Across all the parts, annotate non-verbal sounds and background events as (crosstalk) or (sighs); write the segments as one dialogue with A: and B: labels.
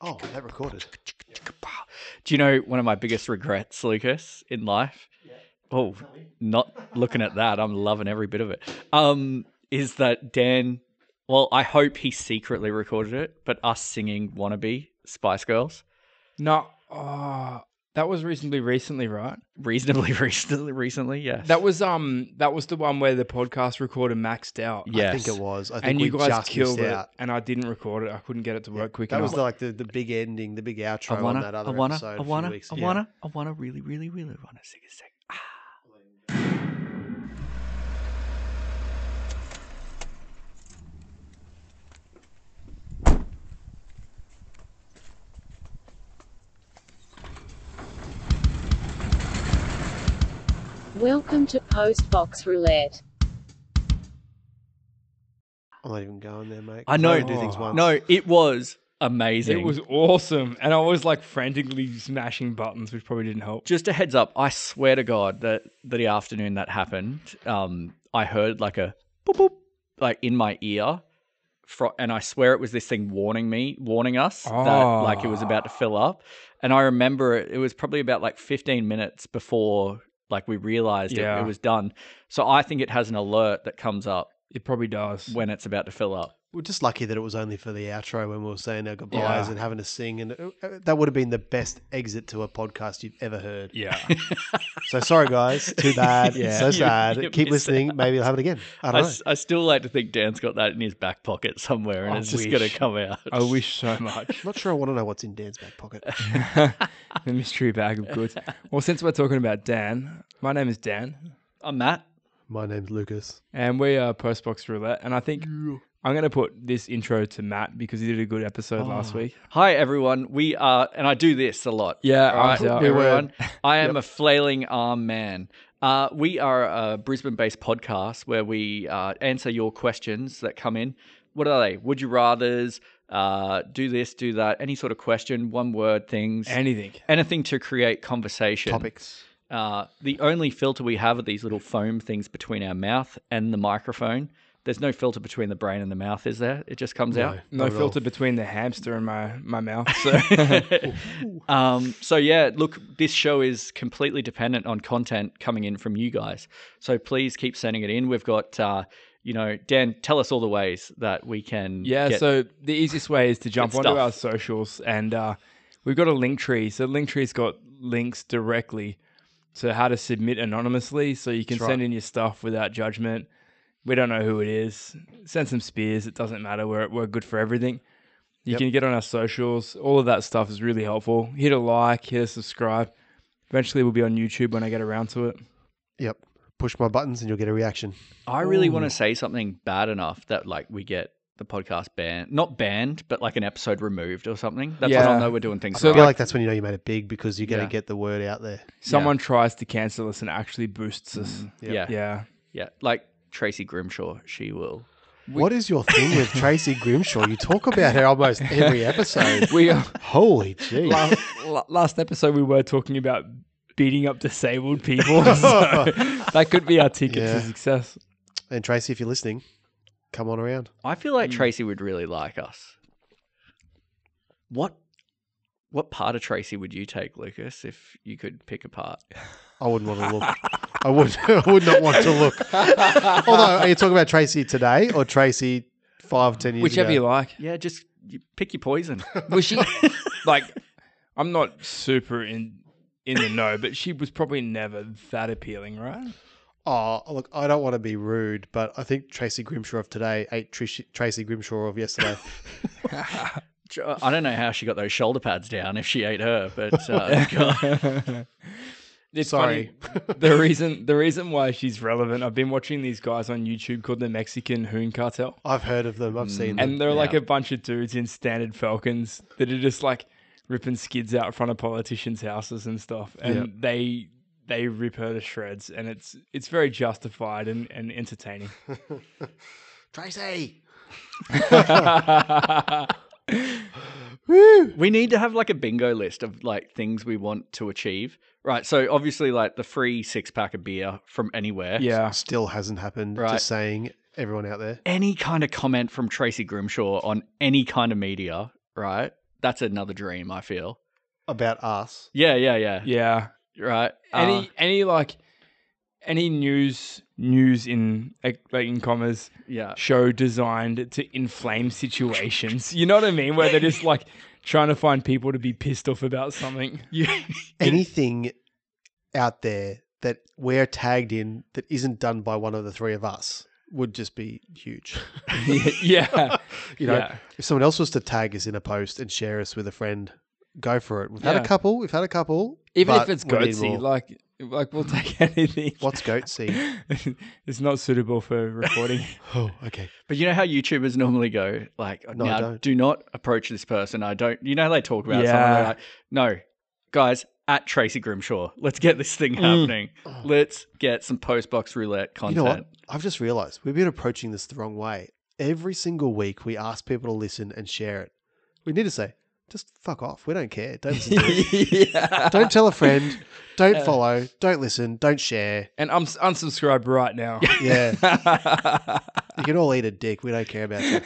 A: Oh, that recorded.
B: Do you know one of my biggest regrets, Lucas, in life? Oh, not looking at that. I'm loving every bit of it. Um, is that Dan? Well, I hope he secretly recorded it, but us singing "Wannabe" Spice Girls
C: No, oh, that was reasonably recently, right?
B: reasonably (laughs) recently. Recently, yes.
C: That was um, that was the one where the podcast recorder maxed out.
B: yes.
A: I think it was. I think
C: and
A: we
C: you guys
A: just
C: killed
A: missed
C: it,
A: out.
C: and I didn't record it. I couldn't get it to work quick
A: That
C: enough.
A: was like the, the big ending, the big outro
B: I wanna,
A: on that other
B: I wanna,
A: episode. a
B: I
A: few
B: wanna,
A: weeks
B: I
A: ago.
B: wanna, I wanna, really, really, really wanna sing a sec. Ah.
D: Welcome to Postbox Roulette.
A: I'm not even going there, mate.
B: I know.
A: I only do things once.
B: No, it was amazing.
C: it was awesome, and I was like frantically smashing buttons, which probably didn't help.
B: just a heads up. I swear to God that the afternoon that happened, um, I heard like a boop boop, like in my ear, fro- and I swear it was this thing warning me, warning us that
C: Ah.
B: like it was about to fill up. And I remember it, it was probably about like 15 minutes before like we realized it,
C: Yeah.
B: it was done. So I think it has an alert that comes up
C: It probably does.
B: when it's about to fill up.
A: We're just lucky that it was only for the outro when we were saying our goodbyes
C: Yeah.
A: and having to sing, and uh, uh, that would have been the best exit to a podcast you've ever heard.
C: yeah,
A: So sorry, guys.
B: (laughs)
A: Too bad.
C: Yeah.
A: So
B: You-
A: sad.
B: you
A: Keep
B: missed
A: listening.
B: out.
A: Maybe I'll have it again. I
B: I,
A: don't know.
B: s- I still like to think Dan's got that in his back pocket somewhere, and
C: I
B: it's just going
C: wish.
B: to come out.
C: I wish so
A: (laughs)
C: much.
A: Not sure I want to know what's in Dan's back
B: (laughs)
A: pocket.
C: the mystery bag of goods. Well, since we're talking about Dan, my name is Dan,
B: I'm Uh, Matt.
A: My name's Lucas.
C: and we are Postbox Roulette. And I think I'm going to put this intro to Matt because he did a good episode
A: Oh,
C: last week.
B: Hi everyone. We are, and I do this a lot.
C: Yeah,
B: All right,
C: I'm down.
B: everyone. I am a flailing arm man. Uh, we are a Brisbane-based podcast where we uh, answer your questions that come in. What are they? Would you rather's? Uh, do this, do that. Any sort of question, one-word things,
C: Anything.
B: anything to create conversation.
A: Topics.
B: Uh, the only filter we have are these little foam things between our mouth and the microphone. There's no filter between the brain and the mouth, is there? It just comes out.
A: Not
C: No
A: at all.
C: filter between the hamster and my, my mouth. So
B: um, so yeah, look, this show is completely dependent on content coming in from you guys. So please keep sending it in. We've got, uh, you know, Dan, tell us all the ways that we can.
C: (laughs) Yeah,
B: get-
C: so the easiest way is to jump
B: get
C: onto
B: stuff.
C: our socials and uh, we've got a link tree. So link tree's got links directly to how to submit anonymously so you can
A: That's right.
C: send in your stuff without judgment. We don't know who it is. Send some spears, it doesn't matter. We're we're good for everything. You
A: Yep.
C: can get on our socials. All of that stuff is really helpful. Hit a like, hit a subscribe. Eventually we'll be on YouTube when I get around to it.
A: Yep. Push my buttons and you'll get a reaction.
B: I really want to say something bad enough that like we get the podcast banned, not banned, but like an episode removed or something. That's when
C: Yeah.
B: I'll know we're doing things
C: So,
A: I
B: right.
A: feel like that's when you know you made it big because you're going to
C: Yeah.
A: get the word out there.
C: Someone tries to cancel us and actually boosts us.
A: Yeah.
B: yeah, yeah,
C: Mm, Yeah.
B: Like Tracy Grimshaw, she will.
A: what is your thing with Tracy Grimshaw? You talk about her almost every (laughs) episode.
C: (laughs) We are
A: Holy gee.
C: La- la- last episode we were talking about beating up disabled people. (laughs) so
A: (laughs)
C: that could be our ticket
A: Yeah.
C: to success.
A: and Tracy, if you're listening, come on around.
B: I feel like Tracy would really like us. What what part of Tracy would you take, Lucas, if you could pick a part?
A: I wouldn't want to look. I would. (laughs) I would not want to look. Although, are you talking about Tracy today or Tracy five, ten years
C: Whichever
A: ago?
C: you like.
B: (laughs) Yeah, just you pick your poison.
C: Was she like I'm not super in in the know, but she was probably never that appealing, right?
A: Oh, look, I don't want to be rude, but I think Tracy Grimshaw of today ate Trish, Tracy Grimshaw of yesterday.
B: (laughs)
C: uh,
B: I don't know how she got those shoulder pads down if she ate her, but (laughs) uh, God.
C: (laughs) It's
A: Sorry.
C: funny, the reason the reason why she's relevant, I've been watching these guys on YouTube called the Mexican Hoon Cartel.
A: I've heard of them. I've seen them.
C: And they're like
B: Yeah.
C: a bunch of dudes in standard Falcons that are just like ripping skids out front of politicians' houses and stuff. And
A: Yep.
C: they they rip her to shreds and it's it's very justified and,
B: (laughs)
C: and entertaining.
A: Tracy. Woo!
B: We need to have like a bingo list of like things we want to achieve. Right. So obviously like the free six pack of beer from anywhere.
C: Yeah.
A: Still hasn't happened.
B: Right.
A: Just saying, everyone out there.
B: Any kind of comment from Tracy Grimshaw on any kind of media, right? That's another dream, I feel.
A: About us.
B: Yeah, yeah, yeah.
C: Yeah.
B: Right.
C: any
B: Uh,
C: any like any news news in like in commas
B: yeah.
C: show designed to inflame situations. You know what I mean? Where they're just like trying to find people to be pissed off about something.
B: (laughs) Yeah.
A: Anything out there that we're tagged in that isn't done by one of the three of us would just be
C: (laughs)
A: huge.
C: (laughs) yeah.
A: You know,
C: yeah.
A: if someone else was to tag us in a post and share us with a friend, go for it. We've had
C: Yeah.
A: a couple. We've had a couple.
C: Even if
A: but
C: it's
A: we need
C: goatsy,
A: more.
C: like like we'll take (laughs) anything.
A: What's
C: (laughs)
A: goatsy?
C: it's not suitable
A: (laughs)
C: for recording.
A: oh, okay.
B: But you know how YouTubers normally go, like,
A: No, I
B: now
A: don't.
B: do not approach this person. I don't, you know, they talk about
C: Yeah.
B: someone. They're like, no, guys, at Tracy Grimshaw, let's get this thing happening. Let's get some post box roulette
A: Mm. You
B: content.
A: know what? I've just realized we've been approaching this the wrong way. Every single week, we ask people to listen and share it. We need to say, just fuck off. We don't care. Don't
B: (laughs)
A: listen to it.
C: yeah.
A: don't tell a friend.
B: Uh.
A: Don't follow. Don't listen. Don't share.
C: And I'm unsubscribed right now.
B: (laughs)
A: Yeah. you can all eat a dick. We don't care about you.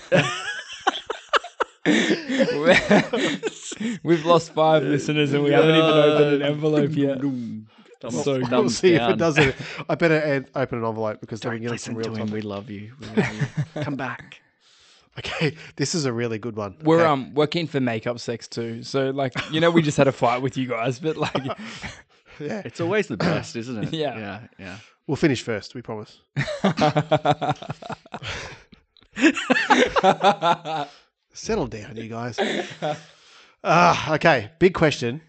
C: (laughs) We've lost five listeners and we haven't even opened an envelope yet.
A: (laughs)
B: Thumbs,
C: So
A: We'll
B: thumbs
A: see if
B: down.
A: it does it. I better an- open an envelope because then we
B: Don't
A: can get some
B: listen
A: real
B: to him.
A: topic.
B: We love you. We love
A: (laughs)
B: you. Come back.
A: Okay, this is a really good one.
C: We're
A: Okay.
C: um we're keen for makeup sex too. So like you know we just had a fight with you guys, but like
A: (laughs)
C: (laughs)
A: yeah.
B: It's always the best, isn't
A: (laughs)
B: it?
C: Yeah.
B: Yeah. Yeah.
A: We'll finish first. We promise. Settle down, you guys. Ah, okay, big question,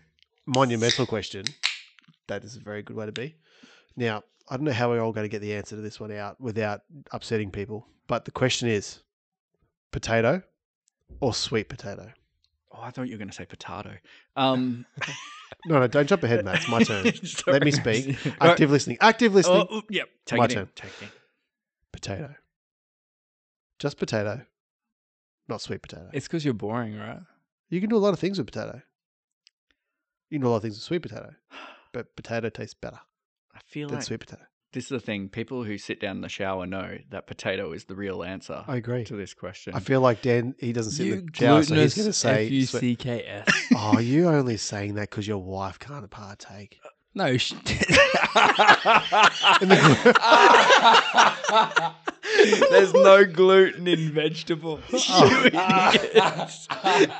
A: monumental question. That is a very good way to be. Now, I don't know how we're all going to get the answer to this one out without upsetting people, but the question is potato or sweet potato?
B: Oh, I thought you were going to say potato.
A: (laughs)
B: Um,
A: No, no, don't jump ahead, Matt. It's my
B: (laughs)
A: turn.
B: sorry.
A: Let me
B: (laughs)
A: speak. Active listening. Active listening.
B: Oh, oh, yep. Take
A: My
B: it in.
A: turn.
B: Take it in.
A: Potato. Just potato, not sweet potato.
C: it's because you're boring, right?
A: You can do a lot of things with potato. You can do a lot of things with sweet potato, but potato tastes better
B: I feel
A: than
B: like
A: sweet potato.
B: this is the thing. People who sit down in the shower know that potato is the real answer
A: agree.
B: to this question.
A: Oh, I feel like Dan, he doesn't sit in the shower, so he's going to say, sweet-
C: F-U-C-K-S.
A: "Oh, you only saying that because your wife can't partake."
C: No. Sh-
A: In the-
B: (laughs)
C: There's no gluten in vegetables.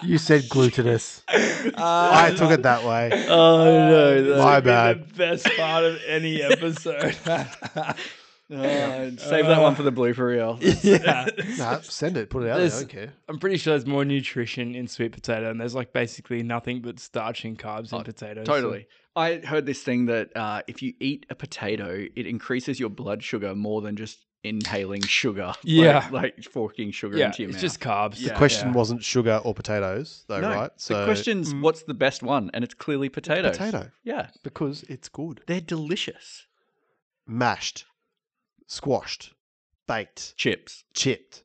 A: you said
B: (laughs)
A: glutinous.
B: Uh,
A: I took it that way.
B: oh
C: This
A: My
C: would be
A: bad.
C: The best part of
B: (laughs)
C: any episode.
B: Oh, save
A: (laughs)
B: that one for the blooper reel.
C: yeah.
A: Nah, send it. Put it out
C: There's-
A: there. I don't care.
C: I'm pretty sure there's more nutrition in sweet potato, and there's like basically nothing but starch and carbs in potatoes. so-
B: Oh, Totally. I heard this thing that uh, if you eat a potato, it increases your blood sugar more than just inhaling sugar. (laughs) Like-
C: Yeah.
B: Like, forking sugar
C: yeah,
B: into your
C: it's
B: mouth.
C: just carbs.
B: Yeah.
A: The question wastion's sugar or potatoes, though,
B: no,
A: right? mm.
B: the question's what's the best one? And it's clearly potatoes.
A: potato
B: Yeah.
A: because it's good.
B: They're delicious.
A: Mashed, squashed, baked,
B: Chips,
A: chipped,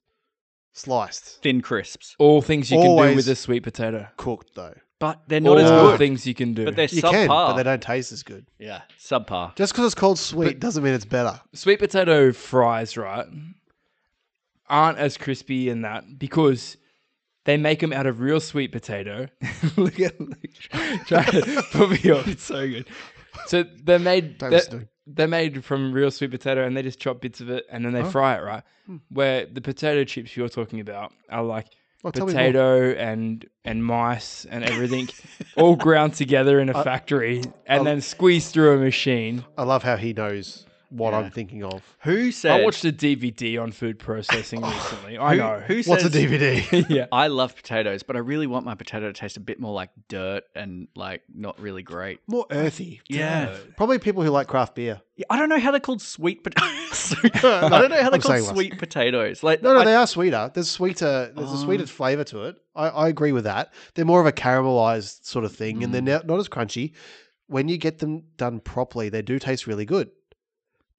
A: sliced,
B: thin crisps,
C: All things you can do
A: Always-
C: with a sweet potato.
A: cooked though.
B: but they're not
C: All
B: as good.
C: things you can do.
B: But they're
A: You
B: subpar.
A: can, but they don't taste as good.
B: Yeah, subpar.
A: Just because it's called sweet doesn't mean it's better.
C: sweet potato fries, right, aren't as crispy in that because they make them out of real sweet potato. (laughs) look at look, try
A: (laughs)
C: to put me off. It's so good. So they're made
A: Don't
C: they're,
A: listen to him.
C: they're made from real sweet potato, and they just chop bits of it and then they
A: Oh.
C: fry it, right?
A: Hmm.
C: Where the potato chips you're talking about are like
A: Oh, tell me more.
C: potato and and mice and everything, all ground together
A: (laughs)
C: in a factory and then squeezed through a machine.
A: I love how he knows what
B: Yeah.
A: I'm thinking of.
B: Who said?
C: I watched a DVD on food
B: (laughs)
C: processing recently. I
B: who,
C: know.
B: Who
A: What's a
B: says,
A: (laughs) DVD?
C: yeah.
B: I love potatoes, but I really want my potato to taste a bit more like dirt and like not really great.
A: More earthy.
B: Yeah.
A: (laughs) Probably people who like craft beer.
B: Yeah, I don't know how they're called sweet potatoes. (laughs) I don't know how they're
A: I'm
B: called
A: saying less.
B: sweet potatoes. Like
A: No, no,
B: I- Oh.
A: they are sweeter. There's sweeter. There's a sweeter flavour to it. I, I agree with that. They're more of a caramelised sort of thing, and they're not,
B: Mm.
A: not as crunchy. When you get them done properly, they do taste really good.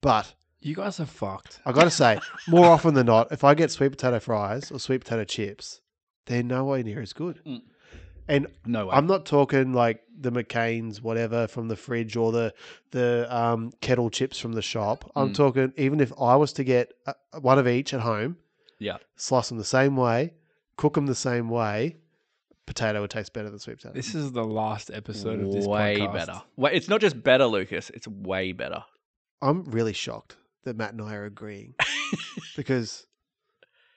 A: But
C: You guys are fucked.
A: I got to
B: (laughs)
A: say, more often than not, if I get sweet potato fries or sweet potato chips, they're nowhere near as good. And
B: No way.
A: I'm not talking like the McCain's whatever from the fridge or the the um, kettle chips from the shop. I'm
B: Mm.
A: talking even if I was to get uh, one of each at home,
B: Yeah.
A: slice them the same way, cook them the same way, potato would taste better than sweet potato.
C: This is the last episode of this
B: way
C: podcast.
B: better. Wait, it's not just better, Lucas. It's way better.
A: I'm really shocked that Matt and I are
B: (laughs)
A: agreeing because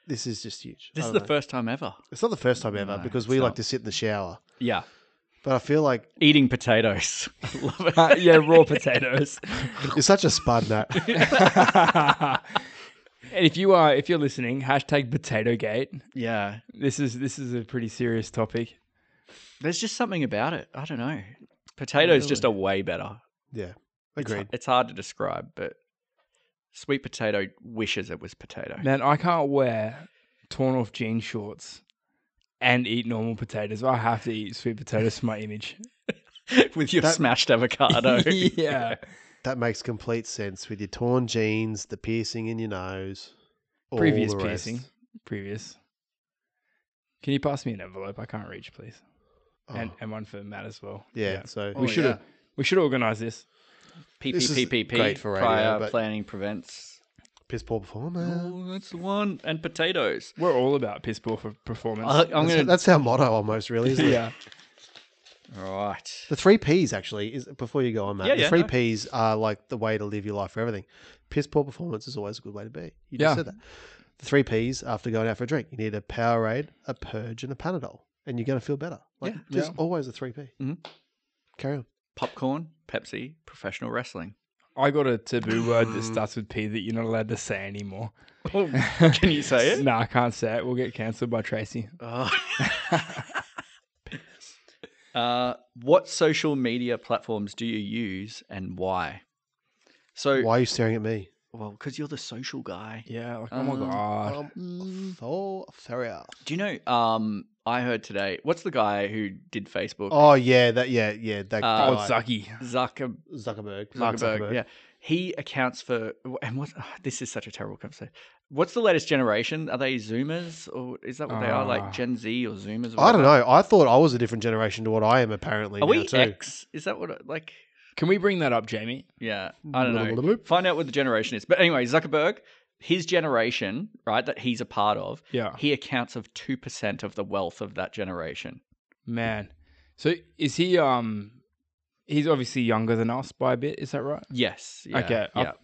A: this is just huge.
B: This
A: I
B: is
A: don't
B: the
A: know.
B: first time ever.
A: It's not the first time ever
B: No,
A: because
B: it's
A: we like
B: not.
A: to sit in the shower,
B: Yeah.
A: but I feel like (laughs)
B: Eating potatoes. (laughs) I love
C: Uh,
B: it. (laughs)
C: yeah, raw potatoes.
A: you're such a spud, Matt.
C: (laughs)
B: (laughs)
C: and if you are, if you're listening, hashtag potato gate.
B: yeah.
C: This is this is a pretty serious topic.
B: There's just something about it. I don't know. Potatoes just are way better.
A: yeah,
B: It's-
A: agreed.
B: It's hard to describe, but sweet potato wishes it was potato.
C: Man, I can't wear torn off jean shorts and eat normal potatoes. I have to eat sweet potatoes for my image.
B: (laughs) With your
A: That- (laughs)
B: smashed avocado. (laughs)
C: (laughs) yeah.
A: That makes complete sense with your torn jeans, the piercing in your nose, all
C: Previous
A: the rest.
C: piercing. Previous. Can you pass me an envelope? I can't reach, please.
A: Oh,
C: And and one for Matt as well.
A: yeah, so
B: Oh,
C: We should have we should organize this.
A: This is
B: PPPPP.
A: great for radio,
B: prior
A: but-
B: planning prevents.
A: piss poor performer.
B: Oh, that's the one. And potatoes.
C: We're all about piss poor for performance.
B: I,
A: That's,
B: I'm gonna.
A: that's our motto almost, really,
B: (laughs)
A: isn't it?
C: (laughs) yeah.
B: Right.
A: The three P's actually is before you go on, Matt.
B: Yeah,
A: the
B: yeah,
A: three
B: no.
A: P's are like the way to live your life for everything. Piss poor performance is always a good way to be. You just
C: Yeah.
A: said that. The three P's after going out for a drink, you need a Powerade, a Purge, and a Panadol, and you're going to feel better. Like,
B: Yeah.
A: just
C: Yeah.
A: always a three P.
B: Mhm.
A: Carry on.
B: Popcorn, Pepsi, professional wrestling.
C: I got a taboo word that starts with P that you're not allowed to say anymore.
A: Oh,
B: (laughs) Can you say
A: (laughs)
B: it?
C: no, I can't say it. We'll get cancelled by Tracy.
B: Oh. uh, what social media platforms do you use and why? So,
A: Why are you staring at me?
B: well, because you're the social guy.
C: Yeah, like, oh my
B: Um,
C: god.
A: Um, so sorry.
B: Do you know? Um, I heard today. What's the guy who did Facebook?
A: Oh yeah, that yeah yeah that
B: Uh,
C: Oh,
A: guy.
C: Zucky.
B: Zucker-
A: Zuckerberg. Mark
B: Zuckerberg, Yeah, he accounts for. And what? ah, this is such a terrible conversation. What's the latest generation? Are they Zoomers or is that what they are?
C: Ah.
B: Like Gen Z or Zoomers? or
A: I don't
B: whatever?
A: know. I thought I was a different generation to what I am apparently.
B: Are
A: now,
B: we
A: too.
B: X? Is that what? Like,
C: Can we bring that up, Jamie?
B: Yeah, I don't know.
A: Blub-blub-blub.
B: Find out what the generation is. But anyway, Zuckerberg, his generation, right, that he's a part of,
A: Ah.
C: Yeah.
B: he accounts of two percent of the wealth of that generation.
C: Man. So is he um he's obviously younger than us by a bit, is that right?
B: Yes. yeah,
C: Okay,
B: Yeah.
C: I'll-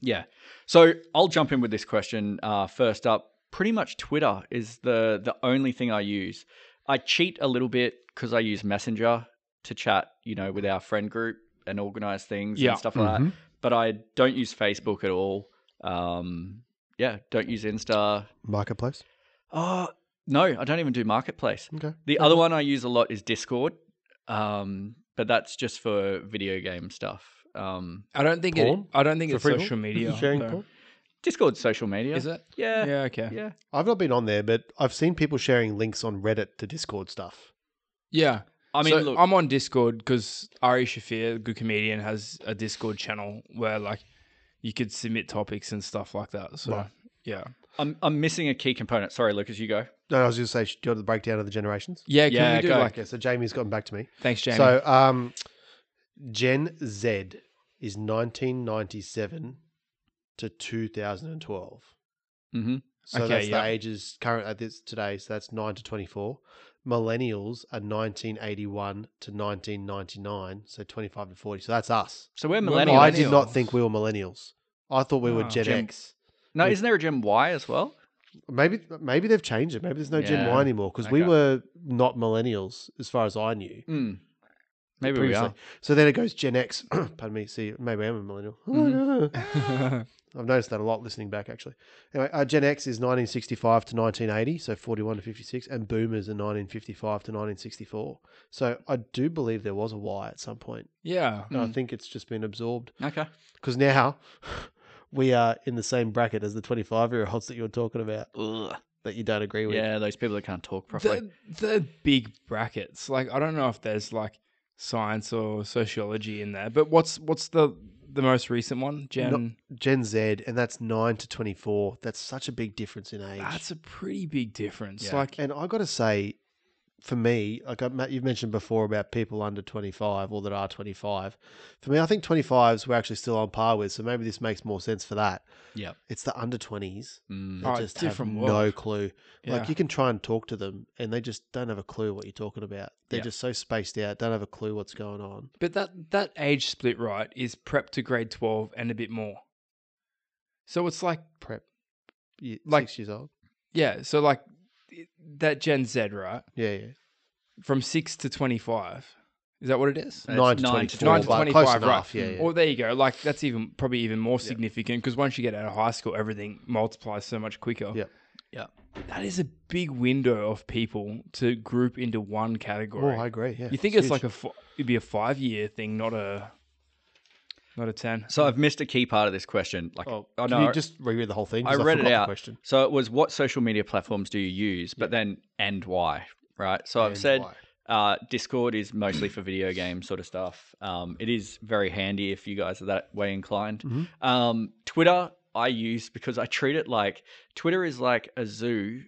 B: Yeah. So I'll jump in with this question uh, first up. Pretty much, Twitter is the the only thing I use. I cheat a little bit because I use Messenger to chat, you know, with our friend group and organize things
C: Yeah. mm-hmm.
B: and stuff like
A: Mm-hmm.
B: that. But I don't use Facebook at all. Um, yeah, don't use Insta.
A: Marketplace.
B: Oh, no, I don't even do Marketplace.
A: Okay.
B: The other one I use a lot is Discord, um, but that's just for video game stuff. Um,
C: I don't think it
A: Porn?
C: I don't think
A: For
C: it's
A: free porn?
C: social media.
A: Sharing
C: though.
A: porn?
B: Discord's social media.
C: Is it?
B: Yeah.
C: Yeah,
B: Yeah.
C: okay. Yeah.
A: I've not been on there, but I've seen people sharing links on Reddit to Discord stuff.
B: I mean,
C: So
B: look,
C: I'm on Discord because Ari Shafir, a good comedian, has a Discord channel where like you could submit topics and stuff like that. So
A: Right.
C: yeah.
B: I'm, I'm missing a key component. Sorry, Lucas, you go.
A: No, I was going to say, do you want the breakdown of the generations?
C: Yeah, can
B: Yeah,
C: we do
B: go.
C: like
A: Okay, so Jamie's gotten back to me.
C: thanks, Jamie.
A: So, um, Gen Z is 1997 to 2012.
B: Mm-hmm.
A: So
C: Okay,
A: that's the
C: yeah.
A: ages current at this today. So that's nine to twenty four. Millennials are nineteen eighty one to nineteen ninety nine. So twenty five to forty. So that's us.
B: So we're
C: Well, I
B: millennials. Ah,
A: I did not
C: Millennials.
A: think we were millennials. I thought we were
C: Oh.
A: Gen
B: Gen-
A: X.
B: No, isn't there a Gen Y as well?
A: Maybe maybe they've changed it. Maybe there's no Gen
B: Yeah.
A: Y anymore because we
B: Okay.
A: were not millennials as far as I knew.
B: Mm. Maybe we are.
A: So then it goes Gen X. (clears throat) Pardon me. See, maybe I'm a millennial. (laughs)
B: Mm-hmm.
A: I've noticed that a lot listening back, actually. Anyway, uh, Gen X is 1965 to 1980, so 41 to 56, and Boomers are 1955 to 1964. So I do believe there was a Y at some point,
C: yeah.
A: and I think it's just been absorbed
B: (laughs) Okay.
A: because now (laughs) we are in the same bracket as the 25 year olds that you're talking about
B: (laughs) Ugh.
A: that you don't agree with.
B: Yeah, those people that can't talk properly.
C: The, the big brackets. Like I don't know if there's like science or sociology in there, but what's what's the the most recent one? Gen.
A: Gen Z, and that's 9 to 24. That's such a big difference in age.
C: That's a pretty big difference.
B: Yeah.
C: Like
A: and I got to say, for me, like I, Matt, you've mentioned before about people under 25 or that are 25. For me, I think 25s we're actually still on par with, so maybe this makes more sense for that.
B: Yep.
A: It's the under 20s
B: Mm.
A: that
C: Oh,
A: just have
C: different
A: no
C: world.
A: clue.
C: Yeah.
A: Like you can try and talk to them, and they just don't have a clue what you're talking about. They're
B: Yeah.
A: just so spaced out, don't have a clue what's going on.
C: But that that age split right is prep to grade twelve and a bit more. So it's like
A: Prep, you,
C: Like-
A: six years old.
C: yeah, so like it- that Gen Z right
A: Yeah, yeah.
C: from six to twenty five. Is that what it is?
B: It's
A: Nine to
B: nine
A: 24,
B: to
A: but
C: 9 to
A: close
C: 25, right.
A: enough, Yeah,
B: Mm.
A: yeah.
C: Or there you go. Like that's even probably even more significant because once you get out of high school, everything multiplies so much quicker.
A: Yeah.
B: Yeah.
C: That is a big window of people to group into one
A: Oh,
C: category.
A: I agree. Yeah,
C: you think it's like a fi- it'd be a five year thing, not a not a ten.
B: So I've missed a key part of this question. Like,
A: Oh,
B: I
A: can
B: know
A: you just reread the whole thing?
B: I
A: 'Cause
B: read it
A: forgot the
B: out.
A: Question.
B: So it was what social media platforms do you use, but then and why, right? So I've
A: And
B: said
A: why.
B: uh, Discord is mostly for video game sort of stuff. Um, it is very handy if you guys are that way inclined.
A: Mhm.
C: Mm-hmm.
B: Um, Twitter I use because I treat it like Twitter is like a zoo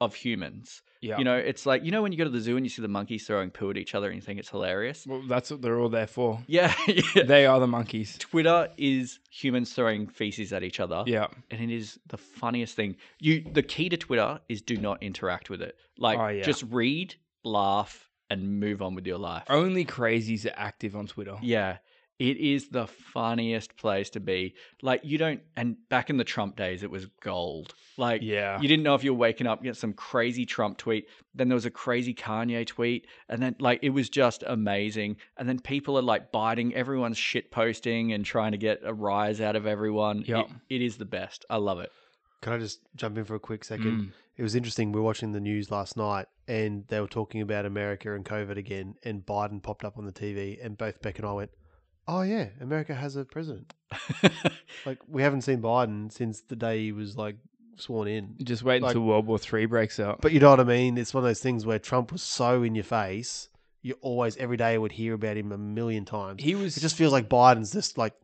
B: of humans.
C: Yeah.
B: You know, it's like you know when you go to the zoo and you see the monkeys throwing poo at each other and you think it's hilarious.
C: Well, that's what they're all there for.
B: Yeah, (laughs) yeah.
C: They are the monkeys.
B: Twitter is humans throwing feces at each other
C: Yeah.
B: and it is the funniest thing. You the key to Twitter is do not interact with it. Like
C: Oh, yeah.
B: just read, laugh, and move on with your life.
C: Only crazies are active on Twitter.
B: Yeah. It is the funniest place to be. Like you don't and back in the Trump days it was gold. Like
C: Yeah.
B: you didn't know if you were waking up, you get some crazy Trump tweet, then there was a crazy Kanye tweet, and then like it was just amazing. And then people are like biting, everyone's shit posting and trying to get a rise out of everyone.
C: Yeah.
B: It, it is the best. I love
C: (laughs)
B: it.
A: Can I just jump in for a quick second?
C: Mm.
A: It was interesting. We were watching the news last night, and they were talking about America and COVID again. And Biden popped up on the TV, and both Beck and I went, "Oh yeah, America has a president." like we haven't seen Biden since the day he was like sworn in.
C: Just wait
A: Like-
C: until World War Three breaks out.
A: But you know what I mean? It's one of those things where Trump was so in your face. You always, every day, would hear about him a million times.
C: he was
A: It just feels like Biden's just like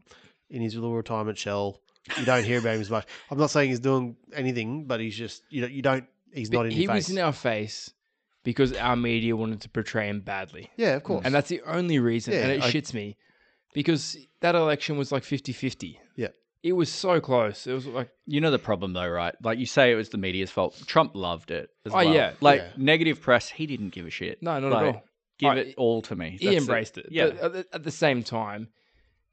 A: in his little retirement shell. You don't hear about him as much. I'm not saying he's doing anything, but he's just you know you don't. He's
C: but
A: not in
C: he
A: your face.
C: was in our face because our media wanted to portray him badly.
A: yeah, of course.
C: And that's the only reason. and
A: Yeah,
C: it
A: I-
C: shits me because that election was like 50 50.
A: Yeah.
C: It was so close. It was like,
B: You know the problem though, right? Like you say it was the media's fault. Trump loved it as
C: Oh,
B: well.
C: yeah.
B: Like
A: Yeah.
B: negative press, he didn't give a shit.
C: no, not
B: Like,
C: at all.
B: Give
C: I-
B: it all to me.
C: He
B: That's
C: embraced it.
B: Yeah. Uh,
C: But at the, at the same time,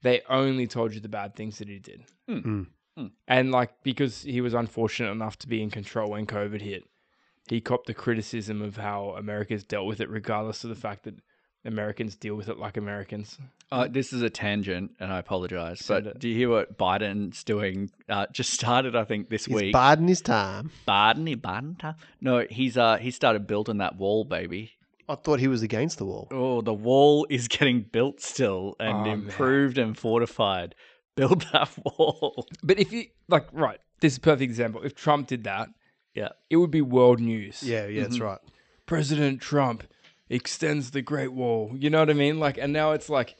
C: they only told you the bad things that he did.
A: Mm.
B: Mm.
C: Hmm.
B: Mm.
C: And like, because he was unfortunate enough to be in control when COVID hit, he copped the criticism of how America's dealt with it, regardless of the fact that Americans deal with it like Americans.
B: Uh, this is a tangent, and I apologize.
C: Send
B: But
C: it.
B: do you hear what Biden's doing? Uh, just (laughs) started, I think, this
A: he's
B: week.
A: biding his time.
B: Biden, he Biden. ta- No, he's uh, he started building that wall, baby.
A: I thought he was against the wall.
B: Oh, the wall (laughs) is getting built still
C: Oh,
B: and
C: man.
B: improved and fortified. (laughs) Build that wall.
C: But if you, like, right, this is a perfect example. If Trump did that,
B: Yeah.
C: it would be world news.
A: Yeah, yeah,
C: Mm-hmm.
A: that's right.
C: President Trump extends the Great Wall. You know what I mean? Like, and now it's like,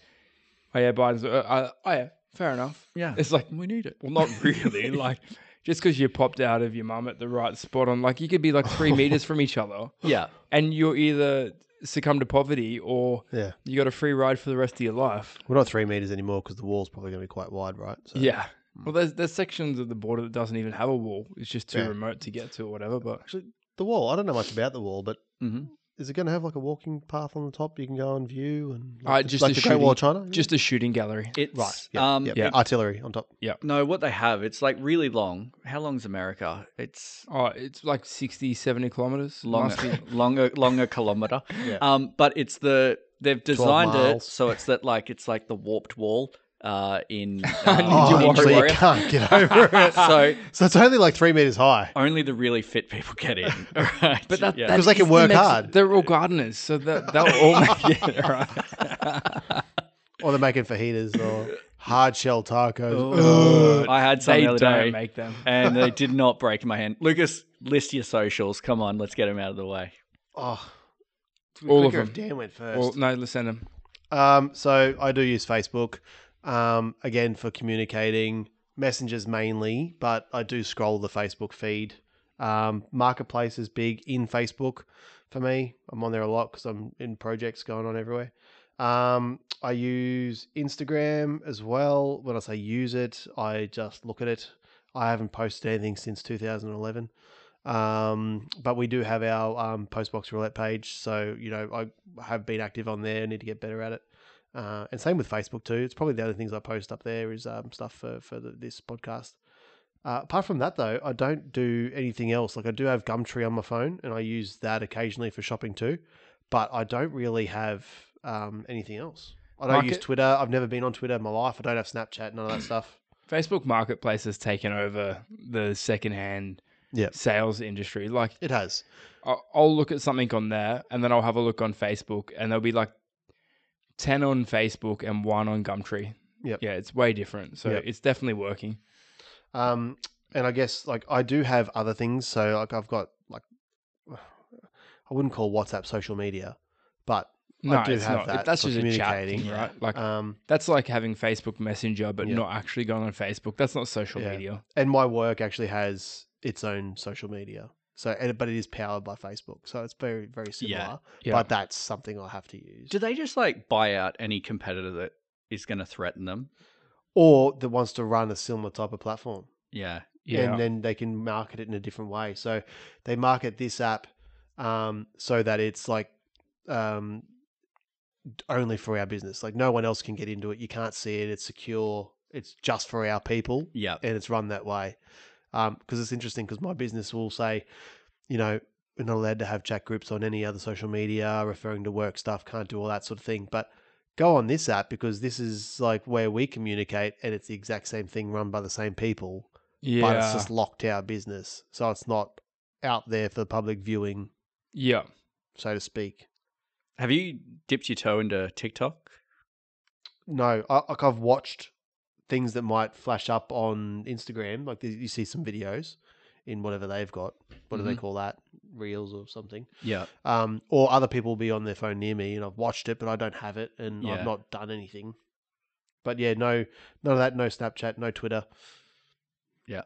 C: oh yeah, Biden's. Uh, uh, oh yeah, fair enough.
B: Yeah.
C: it's like we need it. Well, (laughs) not really. like, just because you popped out of your mum at the right spot on, like, you could be like (laughs) three meters from each other,
B: Yeah.
C: and you're either succumb to poverty or
A: Yeah,
C: you got a free ride for the rest of your life.
A: we're not three meters anymore because the wall's probably going to be quite wide, right? So,
C: Yeah. Well, there's there's sections of the border that doesn't even have a wall. It's just too
A: Yeah.
C: remote to get to or whatever. But
A: actually, the wall. I don't know much about the wall, but
C: Mm-hmm.
B: hmm
A: is it going to have like a walking path on the top you can go and view and
C: Uh,
A: like, the-
C: just
A: like
C: a
A: the Great Wall of
C: shooting-
A: China? Yeah.
C: just a shooting gallery.
B: It's
A: yeah,
B: um,
A: yeah,
C: yeah.
A: artillery on top.
B: No, what they have, it's like really long. How long's America? It's
C: Oh, it's like 60, 70 kilometers.
B: longer,
C: Must
B: (laughs)
C: be- (laughs)
B: longer, longer kilometer.
A: Yeah.
B: Um, but it's the they've designed it
A: miles.
B: so it's that like it's like the warped wall uh,
C: (laughs)
B: in uh,
C: Ninja
A: oh,
C: Warrior.
A: so you can't get over it. (laughs)
B: so
A: so it's only like three meters high.
B: only the really fit people get
C: (laughs)
B: in. All right,
C: But that,
B: yeah.
C: that (laughs)
A: 'Cause they can
C: is the
A: work
C: Mexi-
A: hard.
C: They're all gardeners, so that they'll all (laughs) make it right.
A: Or they're making fajitas or hard shell tacos.
B: Oh, I had some
C: They
B: the other
C: don't
B: day,
C: make them.
B: and
C: (laughs)
B: they did not break my hand. Lucas, list your socials. Come on, let's get them out of the way.
A: Oh, It'd be
C: All of
A: quicker if
C: them.
A: Dan went first.
C: Well, no, let's send them.
A: Um, so I do use Facebook, um, again for communicating, messengers mainly, but I do scroll the Facebook feed. Um, marketplace is big in Facebook. for me. I'm on there a lot because I'm in projects going on everywhere. Um, I use Instagram as well. When I say use it, I just look at it. I haven't posted anything since 2011. Um, but we do have our um, postbox roulette page, so you know I have been active on there. Need to get better at it. Uh, and same with Facebook too. It's probably the other things I post up there is um, stuff for for the, this podcast. Uh, apart from that, though, I don't do anything else. Like I do have Gumtree on my phone, and I use that occasionally for shopping too. But I don't really have um, anything else. I don't use
C: Market-
A: Twitter. I've never been on Twitter in my life. I don't have Snapchat. None of that stuff.
C: Facebook Marketplace has taken over the secondhand
A: Yep.
C: sales industry. Like
A: It has.
C: I'll, I'll look at something on there and then I'll have a look on Facebook and there'll be like 10 on Facebook and one on Gumtree.
A: Yep.
C: Yeah, it's way different. So
A: Yep.
C: it's definitely working.
A: Um, and I guess like I do have other things. So like I've got like (sighs) I wouldn't call WhatsApp social media, but
C: No,
A: do
C: it's
A: have
C: not.
A: that
C: that's
A: for
C: just a chat
A: communicating.
C: thing,
B: Yeah.
C: right? Like
A: um,
C: that's like having Facebook Messenger but
A: Yeah.
C: not actually going on Facebook. That's not social
A: Yeah.
C: media.
A: and my work actually has its own social media. So, and, but it is powered by Facebook, so it's very very similar.
B: Yeah,
C: yeah.
A: But that's something I have to use,
B: Do they just like buy out any competitor that is going to threaten them?
A: or that wants to run a similar type of platform.
B: Yeah.
C: Yeah.
A: and then they can market it in a different way. So they market this app um, so that it's like um, d- only for our business. Like no one else can get into it. You can't see it. It's secure. It's just for our people,
B: Yeah.
A: and it's run that way. Because it's interesting. Because my business will say, you know, we're not allowed to have chat groups on any other social media, referring to work stuff. Can't do all that sort of thing. But go on this app because this is like where we communicate, and it's the exact same thing run by the same people
C: Yeah.
A: but it's just locked to our business. So it's not out there for public viewing,
C: yeah.
A: so to speak.
B: Have you dipped your toe into TikTok?
A: No, I, like I've watched things that might flash up on Instagram. Like you see some videos in whatever they've got. What do they call that? Reels or something.
B: Yeah.
A: Um, or other people will be on their phone near me, and I've watched it, but I don't have it, and
B: Yeah.
A: I've not done anything. But yeah, no, none of that. No Snapchat, no Twitter.
B: Yeah.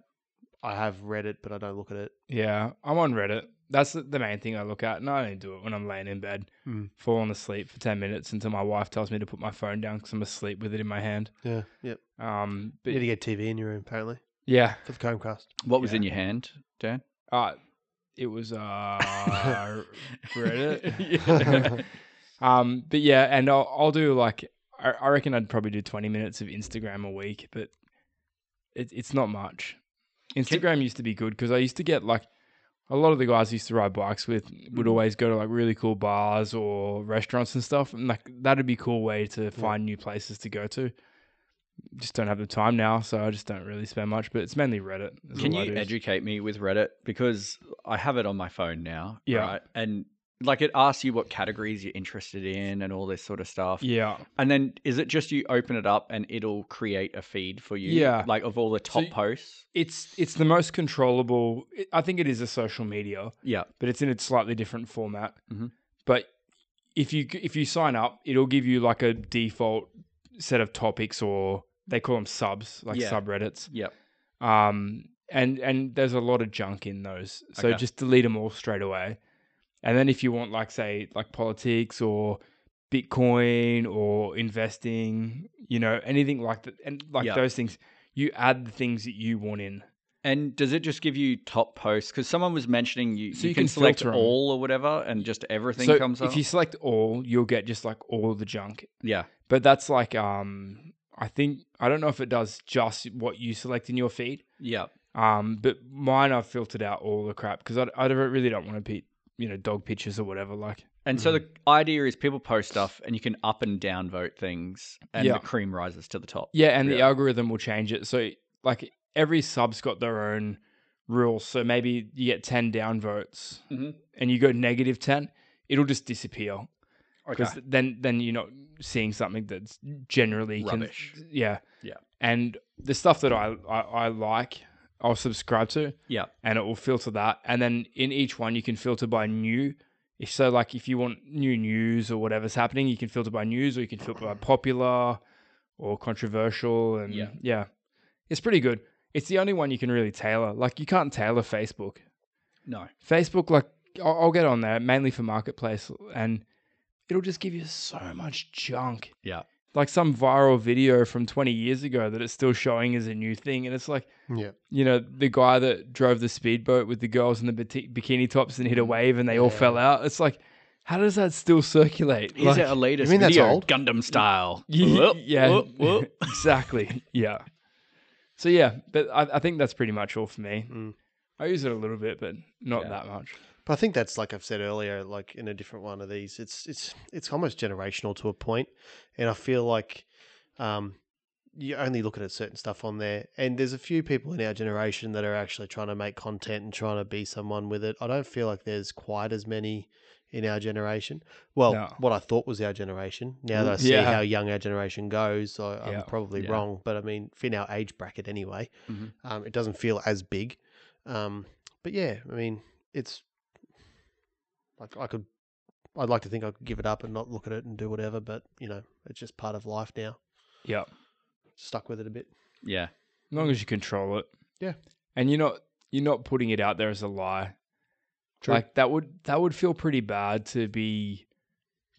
A: I have read it, but I don't look at it.
C: Yeah, I'm on Reddit. That's the- the main thing I look at, and I don't do it when I'm laying in bed,
A: Mm.
C: falling asleep for ten minutes until my wife tells me to put my phone down because I'm asleep with it in my hand.
A: Yeah, yep.
C: Um,
A: You
C: but
A: need to get TV in your room apparently
C: yeah,
A: for the Chromecast.
B: What was
C: Yeah.
B: in your hand, Dan?
C: uh, it
A: (laughs)
C: was uh, (laughs)
A: Yeah.
C: Reddit. um, but yeah, and I'll, I'll do like I, I reckon I'd probably do twenty minutes of Instagram a week, but it, it's not much. Instagram used to be good because I used to get like a lot of the guys I used to ride bikes with
B: Mm.
C: would always go to like really cool bars or restaurants and stuff, and like that'd be a cool way to find new places to go to. Just don't have the time now, so I just don't really spend much. But it's mainly Reddit. is
B: Can
C: all I
B: you
C: do.
B: educate me with Reddit because I have it on my phone now?
C: Yeah.
B: And like it asks you what categories you're interested in and all this sort of stuff.
C: Yeah,
B: And then is it just you open it up and it'll create a feed for you?
C: Yeah.
B: Like of all the top
C: you-
B: posts?
C: it's it's the most controllable. I think it is a social media.
B: Yeah.
C: but it's in a slightly different format.
B: Mhm.
C: But if you if you sign up, it'll give you like a default set of topics, or they call them subs, like
B: Yeah.
C: subreddits.
B: Yeah.
C: Um, and and there's a lot of junk in those, so
B: Okay.
C: just delete them all straight away. And then if you want, like say, like politics or Bitcoin or investing, you know, anything like that, and like
B: Yeah.
C: those things, you add the things that you want in.
B: And does it just give you top posts? Because someone was mentioning you,
C: So
B: you,
C: you
B: can,
C: can
B: select
C: filter 'em.
B: all or whatever and just everything
C: so
B: comes
C: if
B: up.
C: you select all, you'll get just like all the junk,
B: yeah.
C: But that's like um I think I don't know if it does just what you select in your feed.
B: Yeah.
C: Um, but mine I've filtered out all the crap because I, I don't- really don't want to be you know dog pictures or whatever. Like
B: And so the idea is people post stuff and you can up and down vote things and
C: Yeah.
B: the cream rises to the top.
C: yeah, and the
B: Yeah.
C: algorithm will change it. So like every sub's got their own rules. So maybe you get ten down votes
B: Mhm.
C: and you go negative ten, it'll just disappear.
B: Okay.
C: because then then you're not seeing something that's generally con-
B: Rubbish.
C: yeah,
B: Yeah.
C: And the stuff that I, I I like, I'll subscribe to,
B: Yeah.
C: and it will filter that. And then in each one, you can filter by new. If so, like if you want new news or whatever's happening, you can filter by news, or you can filter by popular or controversial, and
B: Yeah.
C: yeah, it's pretty good. It's the only one you can really tailor. Like you can't tailor Facebook.
B: No.
C: Facebook, like I'll, I'll get on there mainly for marketplace, and it'll just give you so much junk.
B: Yeah.
C: like some viral video from 20 years ago that it's still showing as a new thing, and it's like
A: Yeah.
C: you know the guy that drove the speedboat with the girls in the bati- bikini tops and hit
B: Mm.
C: a wave, and they all
A: Yeah.
C: fell out. It's like, how does that still circulate?
B: Here's
C: Like- (laughs)
B: our latest
A: You mean that's
B: video,
A: old?
B: Gundam (laughs) style.
C: Ye-
B: Whoop,
C: yeah,
B: whoop, whoop.
A: (laughs)
C: (laughs) exactly. Yeah. So yeah, but I, I think that's pretty much all for me.
A: Mm.
C: I use it a little bit, but not
B: Yeah.
C: that much.
A: But I think that's like I've said earlier, like in a different one of these, it's it's it's almost generational to a point, and I feel like um, you're only looking at certain stuff on there, and there's a few people in our generation that are actually trying to make content and trying to be someone with it. I don't feel like there's quite as many in our generation. Well,
C: No. Mm-hmm.
A: what I thought was our generation. Now that I see
C: Yeah.
A: how young our generation goes, I, I'm
C: Yeah.
A: probably
B: Yeah.
A: wrong, but I mean, in our age bracket anyway,
B: Mhm.
A: um, it doesn't feel as big. Um, but yeah, I mean, it's like I could, I'd like to think I could give it up and not look at it and do whatever, but you know, it's just part of life now.
C: Yeah.
A: Stuck with it a bit.
B: Yeah.
C: As long as you control it.
A: Yeah.
C: And you're not you're not putting it out there as a lie.
A: True.
C: Like that would that would feel pretty bad to be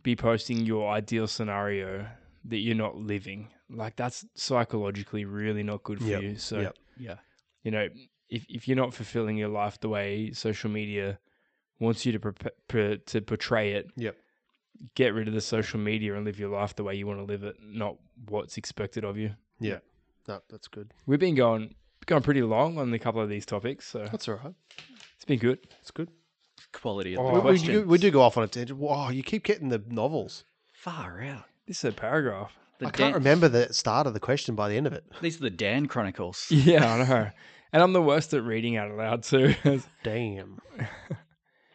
C: be posting your ideal scenario that you're not living. Like that's psychologically really not good for
A: Yep.
C: you. So
A: Yep.
B: Yeah.
C: you know, if if you're not fulfilling your life the way social media wants you to pre- pre- to portray it,
A: Yep.
C: get rid of the social media and live your life the way you want to live it, not what's expected of you.
A: No, that's good.
C: We've been going going pretty long on a couple of these topics, so
A: That's all right.
C: it's been good.
A: It's good.
B: Quality of
C: Oh,
B: the
A: we, we,
B: question.
A: do, we do go off on a tangent. Wow, you keep getting the novels.
B: Far out.
C: This is a paragraph.
B: The
A: I can't
B: Dan-
A: remember the start of the question by the end of it.
B: These are the Dan Chronicles.
C: Yeah, I know. And I'm the worst at reading out aloud too.
A: Damn.
C: (laughs)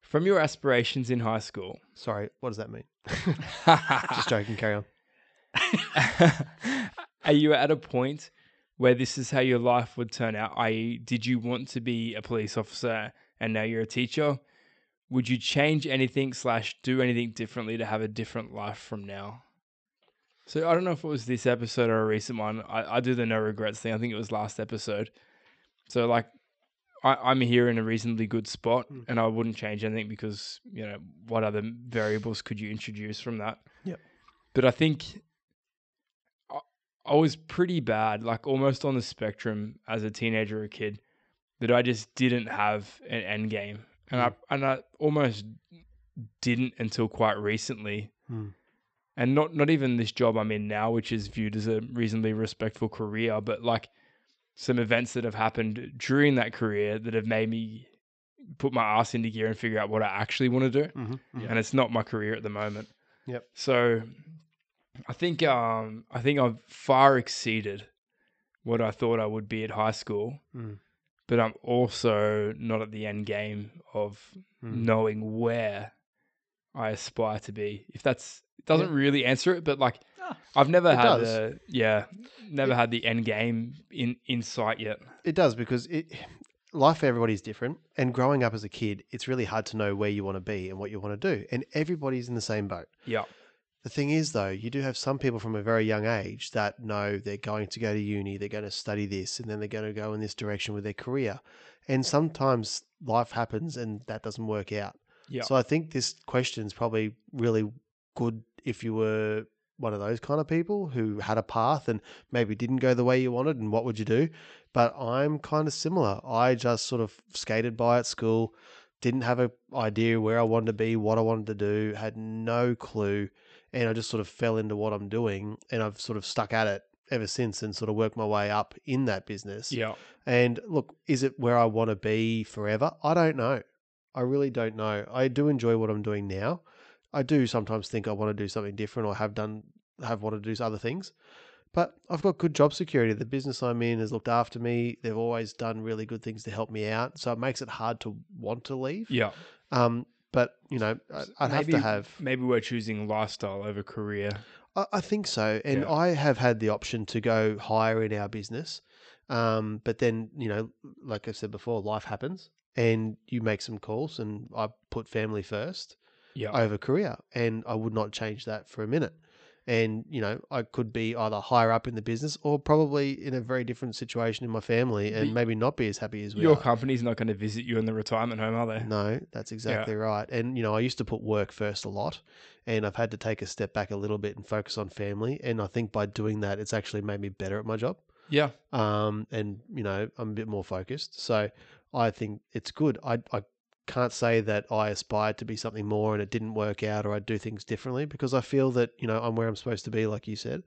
C: From your aspirations in high school.
A: Sorry, what does that (laughs) mean? Just joking. Carry on.
C: (laughs) Are you at a point where this is how your life would turn out? I.e., did you want to be a police officer and now you're a teacher? Would you change anything slash do anything differently to have a different life from now? So I don't know if it was this episode or a recent one. I, I do the no regrets thing. I think it was last episode. So like I, I'm here in a reasonably good spot
A: Mm.
C: and I wouldn't change anything because, you know, what other variables could you introduce from that?
A: Yep.
C: But I think I, I was pretty bad, like almost on the spectrum as a teenager or kid, that I just didn't have an end game. And I and I almost didn't until quite recently.
A: Mm.
C: And not not even this job I'm in now, which is viewed as a reasonably respectful career, but like some events that have happened during that career that have made me put my ass into gear and figure out what I actually want to do.
A: Mm-hmm.
C: And it's not my career at the moment.
A: Yep.
C: So I think um I think I've far exceeded what I thought I would be at high school.
A: Mm.
C: But I'm also not at the end game of
A: Mm. Mm-hmm.
C: knowing where I aspire to be. If that's it doesn't really answer it, but like
B: Ah.
C: I've never
A: It
C: had
A: does.
C: the yeah, never had the end game in in sight yet.
A: It does because it life for everybody's different, and growing up as a kid, it's really hard to know where you want to be and what you want to do, and everybody's in the same boat.
C: Yeah,
A: The thing is, though, you do have some people from a very young age that know they're going to go to uni, they're going to study this, and then they're going to go in this direction with their career. And sometimes life happens and that doesn't work out.
C: yeah,
A: So I think this question is probably really good if you were one of those kind of people who had a path and maybe didn't go the way you wanted and what would you do? But I'm kind of similar. I just sort of skated by at school, didn't have an idea where I wanted to be, what I wanted to do, had no clue, and I just sort of fell into what I'm doing and I've sort of stuck at it ever since and sort of worked my way up in that business.
C: yeah.
A: And look, is it where I want to be forever? I don't know. I really don't know. I do enjoy what I'm doing now. I do sometimes think I want to do something different or have done have wanted to do other things. But I've got good job security. The business I'm in has looked after me. They've always done really good things to help me out. So it makes it hard to want to leave.
C: Yeah,
A: Um, but you know, I- I'd have to
C: Maybe-
A: have.
C: maybe we're choosing lifestyle over career.
A: I, I think so, and
C: Yeah.
A: I have had the option to go higher in our business, um, but then you know, like I said before, life happens, and you make some calls, and I put family first
C: Yeah,
A: over career, and I would not change that for a minute. and you know I could be either higher up in the business or probably in a very different situation in my family and
C: But
A: maybe not be as happy as we
C: Your
A: are.
C: company's not going to visit you in the retirement home, are they?
A: No, that's exactly right. And you know, I used to put work first a lot, and I've had to take a step back a little bit and focus on family. And I think by doing that, it's actually made me better at my job.
C: (laughs) Yeah.
A: Um, and you know, I'm a bit more focused. So I think it's good. I I can't say that I aspired to be something more and it didn't work out or I do things differently because I feel that you know I'm where I'm supposed to be, like you said.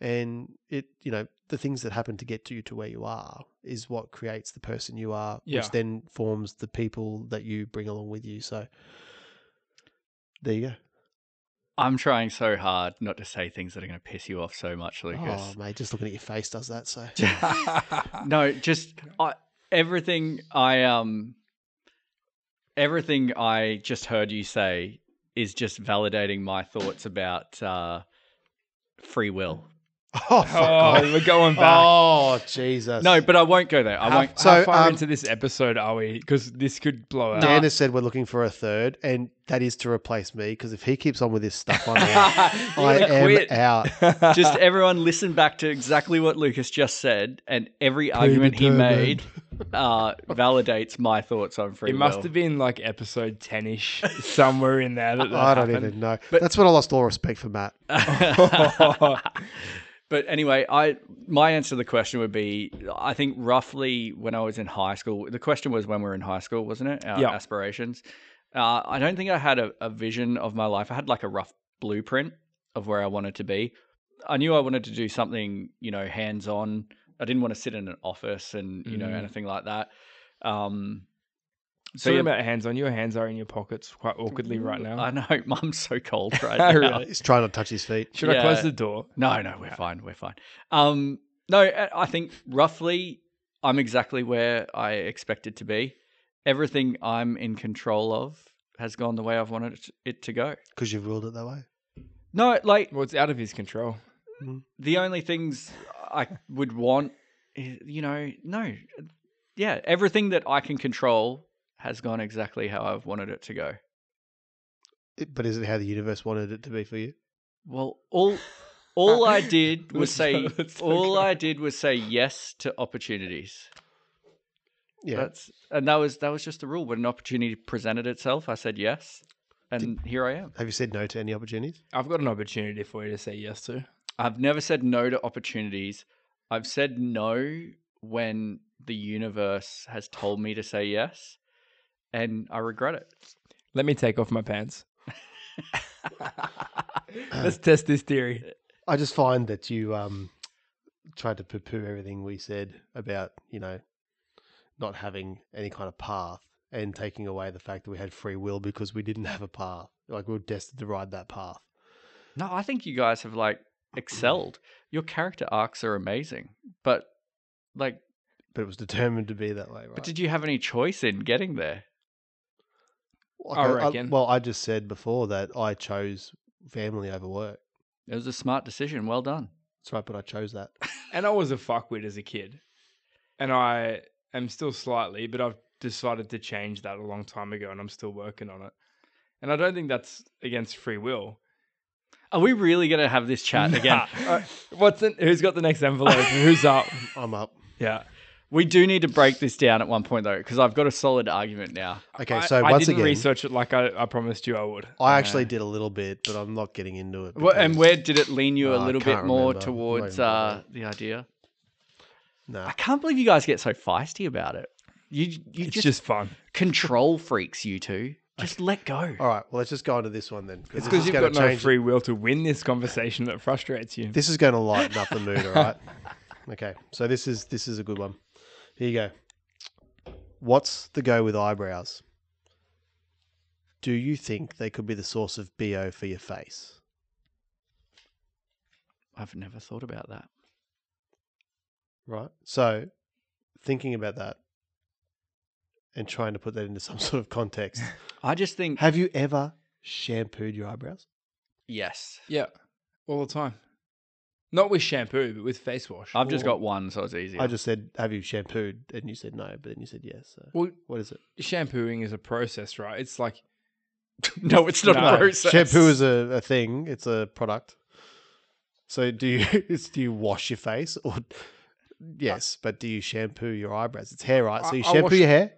A: And it, you know, the things that happen to get to you to where you are is what creates the person you are,
C: Yeah.
A: which then forms the people that you bring along with you. So there you go.
B: I'm trying so hard not to say things that are going to piss you off so much, Lucas. (laughs)
A: Oh mate, just looking at your face does that. So (laughs)
C: Oh,
B: no, just I, everything I um everything I just heard you say is just validating my thoughts about uh free will.
C: (laughs)
A: oh, fuck off.
C: oh, we're going back.
A: oh Jesus.
B: No, but I won't go there. I
C: How,
B: won't.
C: how
A: So,
C: far
A: um,
C: into this episode are we? Because this could blow out.
A: Dan has said we're looking for a third, and that is to replace me because if he keeps on with this stuff, I'm out.
B: (laughs) You
A: I
B: gotta
A: am
B: quit.
A: out.
B: (laughs) Just everyone listen back to exactly what Lucas just said, and every argument he made
A: determined.
B: uh, validates my thoughts on free
C: It
B: will.
C: must have been like episode 10 ish, somewhere in there. That, that
A: I don't
C: happened.
A: even know.
B: But-
A: That's when I lost all respect for Matt.
B: but anyway, I my answer to the question would be I think roughly when I was in high school, the question was when we were in high school, wasn't it? Our
C: Yeah.
B: aspirations. Uh, I don't think I had a, a vision of my life. I had like a rough blueprint of where I wanted to be. I knew I wanted to do something, you know, hands on. I didn't want to sit in an office and, you know,
C: Mm.
B: anything like that. Um,
C: So
B: yeah,
C: about hands on. Your hands are in your pockets quite awkwardly right now.
B: I know, (laughs) Mum's so cold right now.
C: Really?
A: He's trying not to touch his feet.
C: Should I
B: Yeah.
C: close the door?
B: No, no, we're fine. We're fine. Um, no, I I think roughly I'm exactly where I expected to be. Everything I'm in control of has gone the way I've wanted it- it to go.
A: Because you've ruled it that way.
B: No, like
C: Well, it's out of his control.
B: the only things I would want, is, you know, no, yeah, everything that I can control has gone exactly how I've wanted it to go.
A: It- but is it how the universe wanted it to be for you?
B: Well, all
C: (laughs)
B: all I did was
C: Let's
B: say
C: not- let's not
B: all
C: go.
B: I did was say yes to opportunities.
A: Yeah.
B: That's and that was that was just the rule. When an opportunity presented itself, I said yes, and here I am.
A: Have you said no to any opportunities?
C: I've got an opportunity for you to say yes to.
B: I've never said no to opportunities. I've said no when the universe has told me to say yes, and I regret
C: (laughs)
B: it.
C: Let me take off my
A: (clears throat)
C: pants. Let's test this theory.
A: I just find that you um, tried to poo-poo everything we said about you know not having any kind of path and taking away the fact that we had free will because we didn't have a path. Like we were destined to ride that path.
B: No, I think you guys have like excelled. Your character arcs are amazing, but like,
A: But it was determined to be that way, right?
B: but did you have any choice in getting there?
A: Like,
C: I reckon.
A: well, I just said before that I chose family over work.
B: It was a smart decision. Well done.
A: That's right, but I chose that.
C: And I was a fuckwit as a kid. And I am still slightly, but I've decided to change that a long time ago and I'm still working on it. And I don't think that's against free will.
B: Are we really gonna have
A: (laughs)
B: this chat again?
C: Nah. Uh, What's in, who's got the next envelope? who's up?
A: I'm
C: (laughs)
A: up.
C: Yeah.
B: We do need to break this down at one point though, because I've got a solid argument now.
A: Okay,
C: I-
A: so
C: I,
A: once
C: didn't
A: again,
C: research it like I, I promised you I would.
A: I actually did a little bit, but I'm not getting into it.
B: Well, and
A: because-
B: where did it lean you
A: Oh,
B: a
A: I
B: little
A: can't
B: bit more
A: remember. I'm
B: towards
A: not even
B: uh,
A: bothered.
B: the idea?
A: Nah.
B: I can't believe you guys get so feisty about it. You you
C: It's
B: just,
C: just fun.
B: control freaks, you two. Just let go.
A: All right, well, let's just go on to this one then.
C: It's
A: this
C: because
A: is
C: you've
A: gonna
C: got no
A: change-
C: free will to win this conversation that frustrates you.
A: This is going to lighten up the mood, all
C: (laughs)
A: right? Okay, so this is this is a good one. Here you go. What's the go with eyebrows? Do you think they could be the source of bo for your face?
B: I've never thought about that.
A: Right. So, thinking about that and trying to put that into some (laughs) sort of
C: (laughs)
A: context,
B: I just think
A: have you ever shampooed your eyebrows?
B: yes.
C: Yeah. All the time. Not with shampoo, but with face wash.
B: I've just
A: Well,
B: got one, so it's easier.
A: I just said, have you shampooed? And you said no, but then you said yes. So,
C: Well,
A: what is it?
C: shampooing is a process, right? It's like
B: (laughs) no, it's not
C: No.
B: a process.
A: Shampoo is a, a thing, it's a product. So do you (laughs) is- do you wash your face or yes, but do you shampoo your eyebrows? It's hair, right? So
C: I-
A: you
C: I
A: shampoo
C: wash-
A: your hair.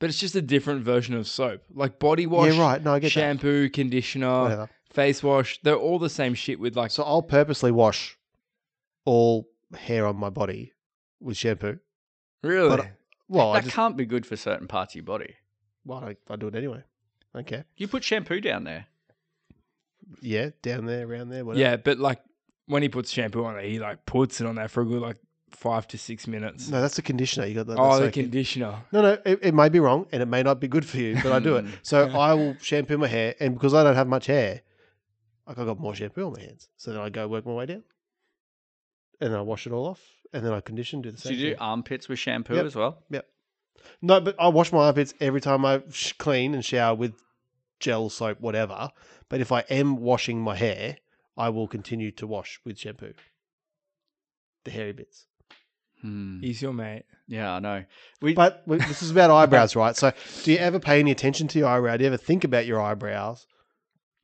C: But it's just a different version of soap. Like body wash,
A: yeah, right. No, I get
C: shampoo,
A: that.
C: conditioner,
A: Whatever.
C: face wash. They're all the same shit with like
A: So I'll purposely wash all hair on my body with shampoo.
C: really.
A: but- Well, I
B: that
A: just
B: can't be good for certain parts of your body.
A: well, I, I do it anyway. Okay.
B: You put shampoo down there.
A: Yeah, down there, around there, whatever.
C: yeah, but like when he puts shampoo on there, he like puts it on there for a good like five to six minutes.
A: No, that's the conditioner. You got that.
C: oh,
A: that's
C: the
A: okay.
C: conditioner.
A: No, no, it, it may be wrong and it may not be good for you, but I do it.
B: Hmm.
A: So I will shampoo my hair, and because I don't have much hair, like I got more shampoo on my hands. So then I go work my way down, and I wash it all off, and then I condition do the
B: So
A: same.
B: you do
A: thing.
B: armpits with shampoo
A: Yep.
B: as well.
A: No, but I wash my armpits every time I sh- clean and shower with gel, soap, whatever. But if I am washing my hair, I will continue to wash with shampoo. The hairy bits.
B: Hmm.
C: He's your mate.
A: Mm.
B: Yeah, I know. We
A: But we- this is about eyebrows, right? So, do you ever pay any attention to your eyebrow? Do you ever think about your eyebrows?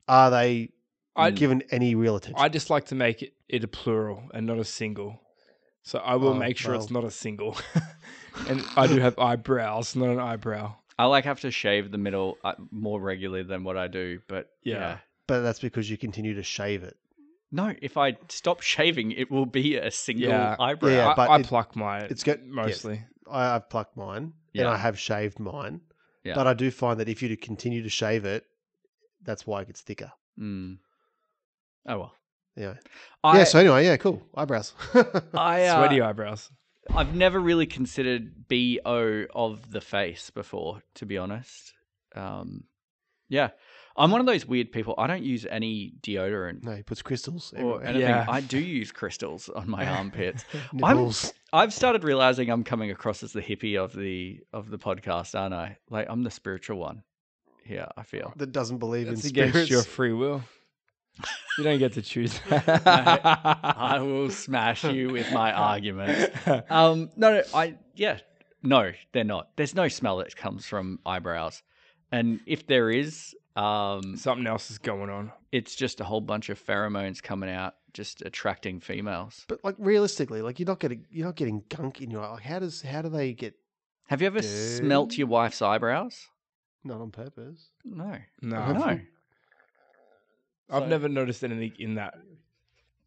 A: Are they
C: I-
A: given any real attention?
C: I just like to make it, it a plural and not a single. So I will
A: Oh,
C: make sure it's
A: well.
C: not a single. (laughs) and I do have eyebrows, not an eyebrow.
B: I like have to shave the middle uh, more regularly than what I do, but yeah.
C: Yeah.
A: but that's because you continue to shave it.
B: No, if I stop shaving, it will be a single
C: Yeah.
B: eyebrow.
A: Yeah,
C: I,
A: but
C: I
A: it-
C: pluck my
A: it's
C: it's
A: got-
C: good mostly.
A: I, I've plucked mine and
B: Yeah.
A: I have shaved mine,
B: Yeah.
A: but I do find that if you continue to shave it, that's why it gets thicker.
B: Mm. Oh well.
A: Yeah.
B: I,
A: yeah. So anyway, yeah, cool eyebrows. (laughs)
B: I uh,
C: Sweaty eyebrows.
B: I've never really considered bo of the face before, to be honest. Um, yeah, I'm one of those weird people. I don't use any deodorant
A: no, he puts crystals
B: or
A: everywhere. (laughs)
B: anything.
C: Yeah.
B: I do use crystals on my armpits.
A: Nipples.
B: I've started realizing I'm coming across as the hippie of the of the podcast, aren't I? Like I'm the spiritual one. here. I feel.
A: that doesn't believe
C: It's
A: in
C: against
A: spirits.
C: your free will. You don't get
A: (laughs)
C: to choose.
B: I will smash you with my arguments. Um, no, no, I yeah, no, they're not. There's no smell that comes from eyebrows, and if there is, um,
C: (laughs) Something else is going on.
B: it's just a whole bunch of pheromones coming out, just attracting females.
A: But like realistically, like you're not getting you're not getting gunk in your eye. Like how does how do they get
B: Have you ever
A: Dude.
B: smelt your wife's eyebrows?
A: not on purpose? (laughs)
B: No,
C: No.
B: no.
C: I've
B: So-
C: never noticed anything in that.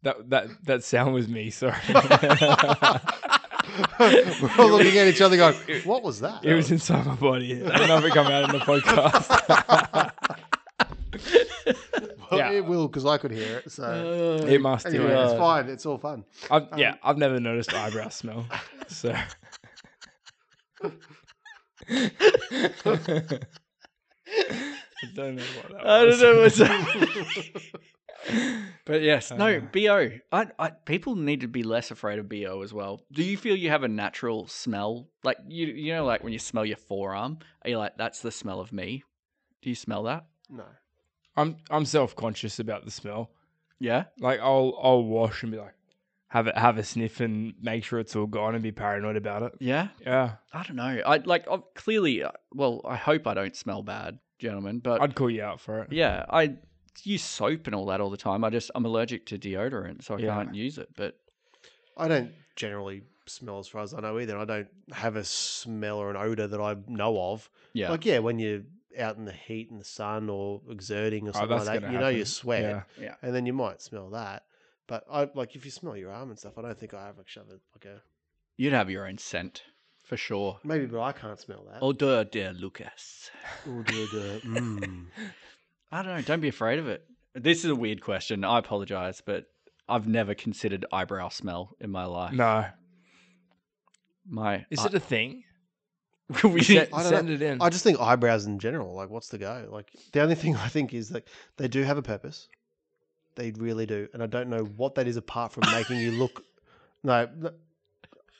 C: That that that sound was
A: (laughs)
C: me. Sorry, (laughs)
A: We're all looking at each other going, what was that? (laughs)
C: it was inside my body. I don't know if it come out in the podcast.
A: Well,
C: yeah.
A: It will, because I could hear it. So
C: it must
A: anyway,
C: do.
A: it's fine. Um, It's all fun.
C: I've, yeah, I've never noticed eyebrow smell.
A: (laughs)
C: So I don't know what that
B: I don't
C: was.
B: know what's But
C: Oh,
B: yes,
C: Uh.
B: no, BO. I, I, people need to be less afraid of BO as well. Do you feel you have a natural smell? Like, you you know, like when you smell your forearm, are you like, that's the smell of me? Do you smell that?
A: No.
C: I'm I'm self conscious about the smell.
B: Yeah.
C: Like I'll I'll wash and be like have it have a sniff and make sure it's all gone and be paranoid about it.
B: Yeah.
C: Yeah,
B: I don't know. I like, i clearly, uh, well, I hope I don't smell bad, gentlemen, but
C: I'd call you out for it.
B: yeah, I use soap and all that all the time. I just, I'm allergic to deodorant, so I
C: Yeah.
B: can't use it. But
A: I don't generally smell as far as I know either. I don't have a smell or an odor that I know of.
B: yeah.
A: Like, yeah, when you're out in the heat and the sun or exerting or
C: Oh,
A: something
C: that's
A: like that, you
C: gonna
A: know you
C: happen.
A: sweat
C: Yeah.
B: yeah.
A: and then you might smell that. But I like if you smell your arm and stuff, I don't think I have like shove it like a
B: You'd have your own scent for sure.
A: maybe but I can't smell that.
B: Odeur de Lucas.
A: Oh, dear, dear. Mm.
B: I don't know. Don't be afraid of it. This is a weird question. I apologize, but I've never considered eyebrow smell in my life.
C: No,
B: My
C: is
B: I-
C: it a (laughs) thing?
B: we
C: Send,
A: I don't
C: send it in.
A: I just think eyebrows in general, like, what's the go? Like, the only thing (laughs) I think is that they do have a purpose. They really do. And I don't know what that is apart from making you look. No, no,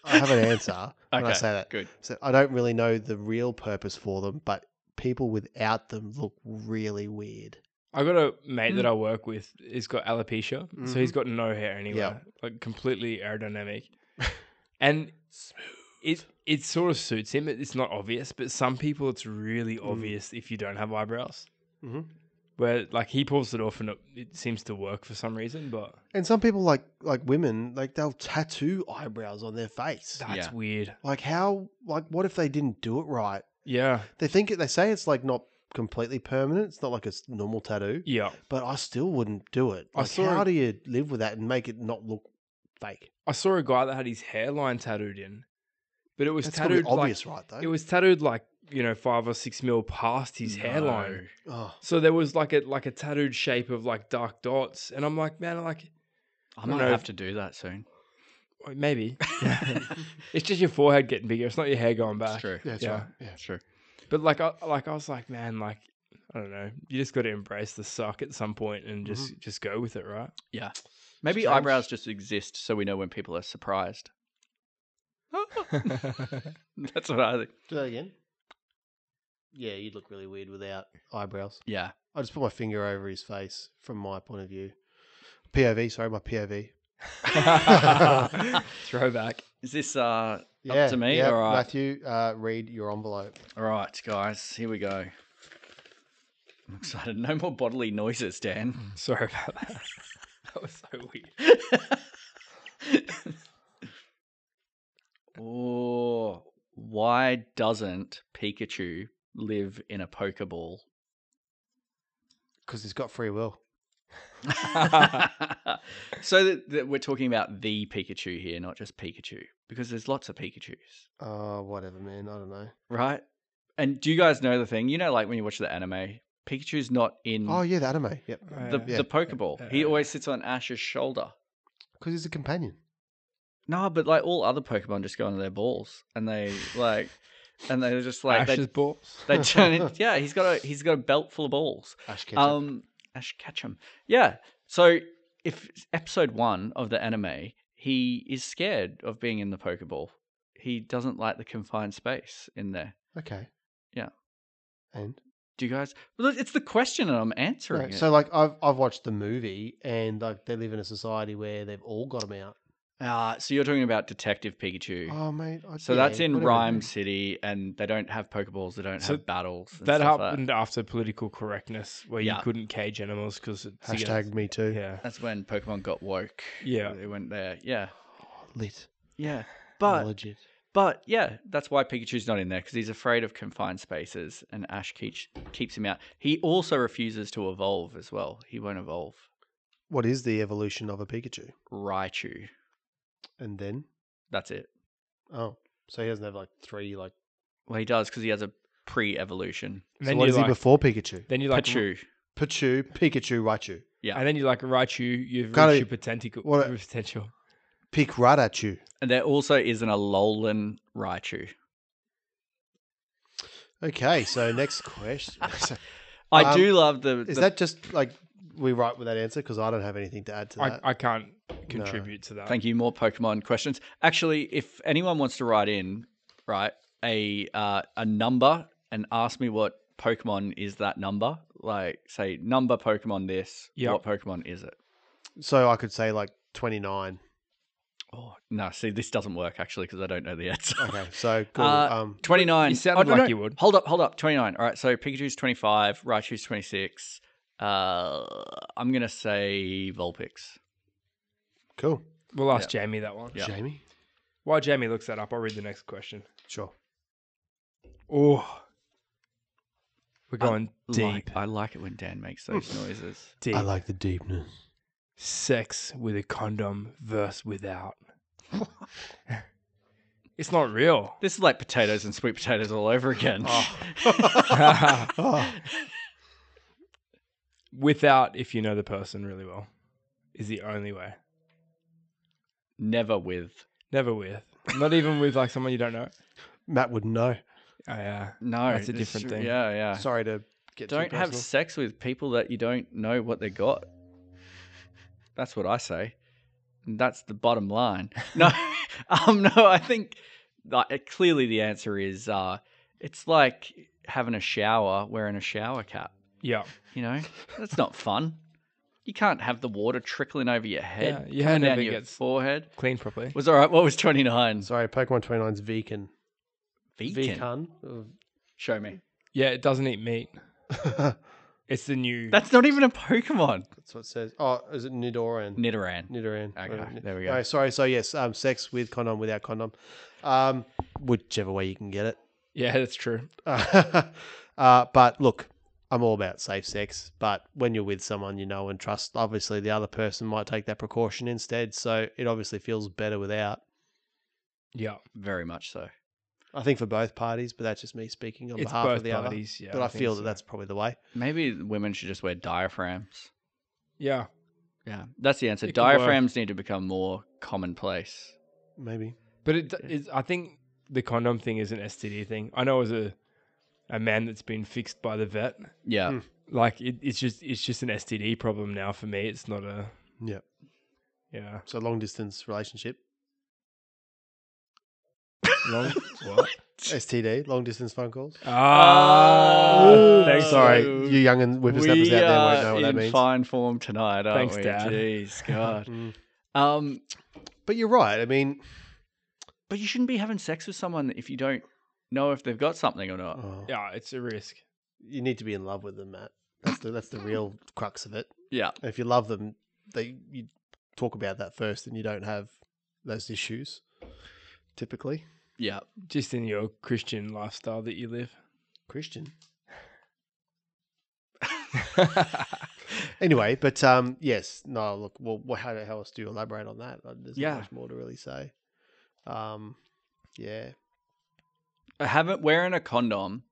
A: I
B: (laughs)
A: have an answer when I
B: Okay,
A: say that.
B: good.
A: So I don't really know the real purpose for them, but people without them look really weird.
C: I got a mate
A: Mm.
C: that I work with. He's got alopecia, so he's got no hair anywhere,
A: Mm-hmm. Yeah.
C: like completely aerodynamic,
A: (laughs)
C: and it it sort of suits
A: Mm.
C: him. It- It's not obvious, but some people it's really obvious if you don't have eyebrows.
A: Mhm.
C: where like he pulls it off and it, it seems to work for some reason, but
A: And some people like like women, like they'll tattoo eyebrows on their face.
C: that's
B: Yeah.
C: weird.
A: Like how like what if they didn't do it right?
C: Yeah.
A: They think it they say it's like not completely permanent. It's not like a s- normal tattoo.
C: Yeah.
A: But I still wouldn't do it.
C: I
A: Like,
C: saw
A: how
C: a-
A: do you live with that and make it not look fake?
C: I saw a guy that had his hairline tattooed in, but it was
A: That's probably
C: tattooed like
A: obvious, right? Though
C: it was tattooed like you know five or six mil past his hairline.
A: Oh,
C: So there was like a like a tattooed shape of like dark dots, and I'm like, man, like
B: I might
C: No.
B: have to do that
C: (laughs)
B: soon.
C: well, maybe it's just your forehead getting bigger. It's not your hair going
B: That's
C: back.
B: true.
A: yeah, that's
C: yeah.
A: right. Yeah.
B: That's true.
C: But like, I like I was like, man, like I don't know. You just got to embrace the suck at some point and just just go with it, right? (laughs)
B: Maybe
A: Strange.
B: eyebrows just exist so we know when people are surprised. (laughs) That's what I think.
A: Do that again. Yeah, you'd look really weird without eyebrows.
B: Yeah.
A: I just put my finger over his face from my point of view. POV, sorry, my POV.
C: Throwback.
B: Is this uh
A: Yeah,
B: to me?
A: yeah,
B: All right.
A: Matthew, uh, read your envelope.
B: all right, guys, here we go. I'm excited. No more bodily noises, Dan.
C: Sorry about that. (laughs) that was so weird.
B: (laughs) oh, why doesn't Pikachu live in
A: (laughs)
B: a Pokeball?
A: Because he's got free will.
B: so that, that we're talking about the Pikachu here, not just Pikachu, because there's lots of Pikachu's.
A: Uh, whatever, man. I don't know.
B: right? And do you guys know the thing? You know, like when you watch the anime, Pikachu's not in
A: Oh, yeah, the anime. Yep.
B: the,
A: yeah.
B: the Pokeball. he
C: Yeah.
B: always sits on Ash's shoulder.
A: Because he's a companion.
B: No, but like all other Pokemon just go on their balls and they like, and they're just like
C: Ash's
B: they,
C: balls.
B: they turn it. Yeah, he's got a he's got a belt full of balls.
A: Ash Ketchum.
B: Um, Ash Ketchum. Yeah. So if episode one of the anime, he is scared of being in the Pokeball. He doesn't like the confined space in there.
A: okay.
B: yeah.
A: And
B: Do you guys? Well, it's the question, and I'm
A: No,
B: answering it.
A: so, like, I've I've watched the movie, and like they live in a society where they've all got him out.
B: Ah, so you're talking about Detective Pikachu.
A: Oh, mate. I,
B: so
A: yeah,
B: that's in
A: whatever.
B: Rhyme City, and they don't have Pokeballs, they don't
C: So
B: have battles. and
C: that
B: stuff like
C: happened after political correctness, where
B: Yeah.
C: you couldn't cage animals because
A: Hashtag me too.
C: Yeah.
B: That's when Pokemon got woke.
C: Yeah.
B: they went there. Yeah,
A: Oh, Lit.
B: yeah. But
A: legit.
B: but yeah, that's why Pikachu's not in there because he's afraid of confined spaces, and Ash keeps keeps him out. He also refuses to evolve as well. He won't evolve.
A: What is the evolution of a Pikachu?
B: Raichu.
A: And then,
B: That's it.
A: oh, so he doesn't have like three like.
B: Well, he does because he has a pre-evolution.
A: So
C: And then
A: what
C: you
A: is
C: like,
A: he before Pikachu?
C: then you like,
B: Pichu.
A: Pichu, Pikachu, Raichu,
C: and then you like Raichu. You've
A: Gotta-
C: reached your potential.
A: what a-
C: your potential.
A: Pikradachu.
B: And there also is an Alolan Raichu.
A: Okay, (laughs) so next question. So
B: I
A: Um,
B: do love the.
A: is
B: the-
A: that just like we write with that answer? Because I don't have anything to add to
C: I,
A: that.
C: I can't contribute to that.
B: Thank you. More Pokemon questions. Actually, if anyone wants to write in, right, a uh, a number and ask me what Pokemon is that number. Like, say number Pokemon this.
C: Yep.
B: What Pokemon is it?
A: so I could say like twenty nine.
B: Oh no! See, this doesn't work actually because I don't know the answer. (laughs)
A: Okay, so cool.
B: Uh,
A: um,
B: 29.
C: You sounded
B: no, no,
C: like you would.
B: Hold up, hold up. 29. All right. So Pikachu's 25, Raichu's 26. Uh, I'm going to say Vulpix.
A: cool.
C: We'll ask Jamie that one.
B: Yeah.
A: Jamie,
C: While Jamie looks that up, I'll read the next question.
A: sure.
C: Oh, we're going deep,
B: Like, I like it when Dan makes those (laughs) noises.
C: deep.
A: I like the deepness.
C: Sex with a condom versus without. (laughs) it's
B: (laughs)
C: not real.
B: This is like potatoes and sweet potatoes all over again.
C: Oh.
A: Ah,
C: Without, if you know the person really well, is the only way.
B: Never with.
C: Never with. Not even with like someone
B: (laughs)
C: you don't know.
A: Matt wouldn't know.
C: Oh yeah.
B: No,
C: That's a
B: this-
C: different thing.
B: Yeah, yeah.
A: Sorry to get
B: don't
A: too
B: have
A: personal.
B: sex with people that you don't know what they got. That's what I say. And that's the bottom line. (laughs) No, um, no. I think like, clearly the answer is uh, it's like having a shower wearing a shower cap.
C: Yeah.
B: You know, that's not fun. You can't have the water trickling over your head,
C: Yeah, your hair
B: coming down
C: never
B: your
C: gets-
B: forehead.
C: Clean properly.
B: Was all right. What was twenty nine?
A: Sorry, Pokemon 29's Vican.
B: Vegan.
A: Vican.
B: Show me.
C: Yeah, it doesn't eat meat. It's the new.
B: That's not even a Pokemon.
A: That's what it says. Oh, is it Nidoran?
B: Nidoran.
A: Nidoran.
B: Okay,
A: whatever.
B: there we go.
A: Oh, sorry. So yes, um, sex with condom, without condom, um, whichever way you can get it.
C: yeah, that's true.
A: Uh, (laughs) uh, but look, I'm all about safe sex. But when you're with someone you know and trust, obviously the other person might take that precaution instead. So it obviously feels better without.
C: Yeah,
B: Very much so.
A: I think for both parties, but that's just me speaking on
C: it's
A: behalf
C: both
A: of the
C: parties. Yeah,
A: other. But I,
C: think
A: feel
C: so.
A: that that's probably the way.
B: Maybe women should just wear diaphragms.
C: yeah.
B: Yeah, that's the answer.
C: It could work.
B: Diaphragms need to become more commonplace.
A: Maybe.
C: But it, it's, I think the condom thing is an STD thing. I know as a a man that's been fixed by the vet,
B: Yeah,
A: Hmm.
C: like it, it's just it's just an STD problem now for me. It's not a
A: Yeah.
C: yeah
A: So long distance relationship, (laughs)
C: long what?
A: STD, long distance phone calls.
C: Uh, Ah,
B: Ooh.
C: thanks,
A: Sorry,
B: So
A: you young and whippersnappers
B: we
A: out there
B: are
A: won't know what
B: in
A: that means.
B: fine form tonight,
A: Oh,
B: aren't
C: Thanks,
B: we?
C: Dad. (laughs)
B: Jeez, God.
A: Mm.
B: um,
A: But you're right. I mean,
B: but you shouldn't be having sex with someone if you don't know if they've got something or not.
A: oh,
C: Yeah, it's a risk.
A: you need to be in love with them, Matt. That's the that's the real crux of it.
B: Yeah.
A: And if you love them, they you talk about that first, and you don't have those issues. Typically,
B: Yeah.
C: Just in your Christian lifestyle that you live.
A: Christian. Anyway, but um, yes, no. Look, well, wh- how, how else do you elaborate on that? Uh, There's
B: Yeah.
A: not much more to really say. Um, yeah,
B: I haven't wearing a condom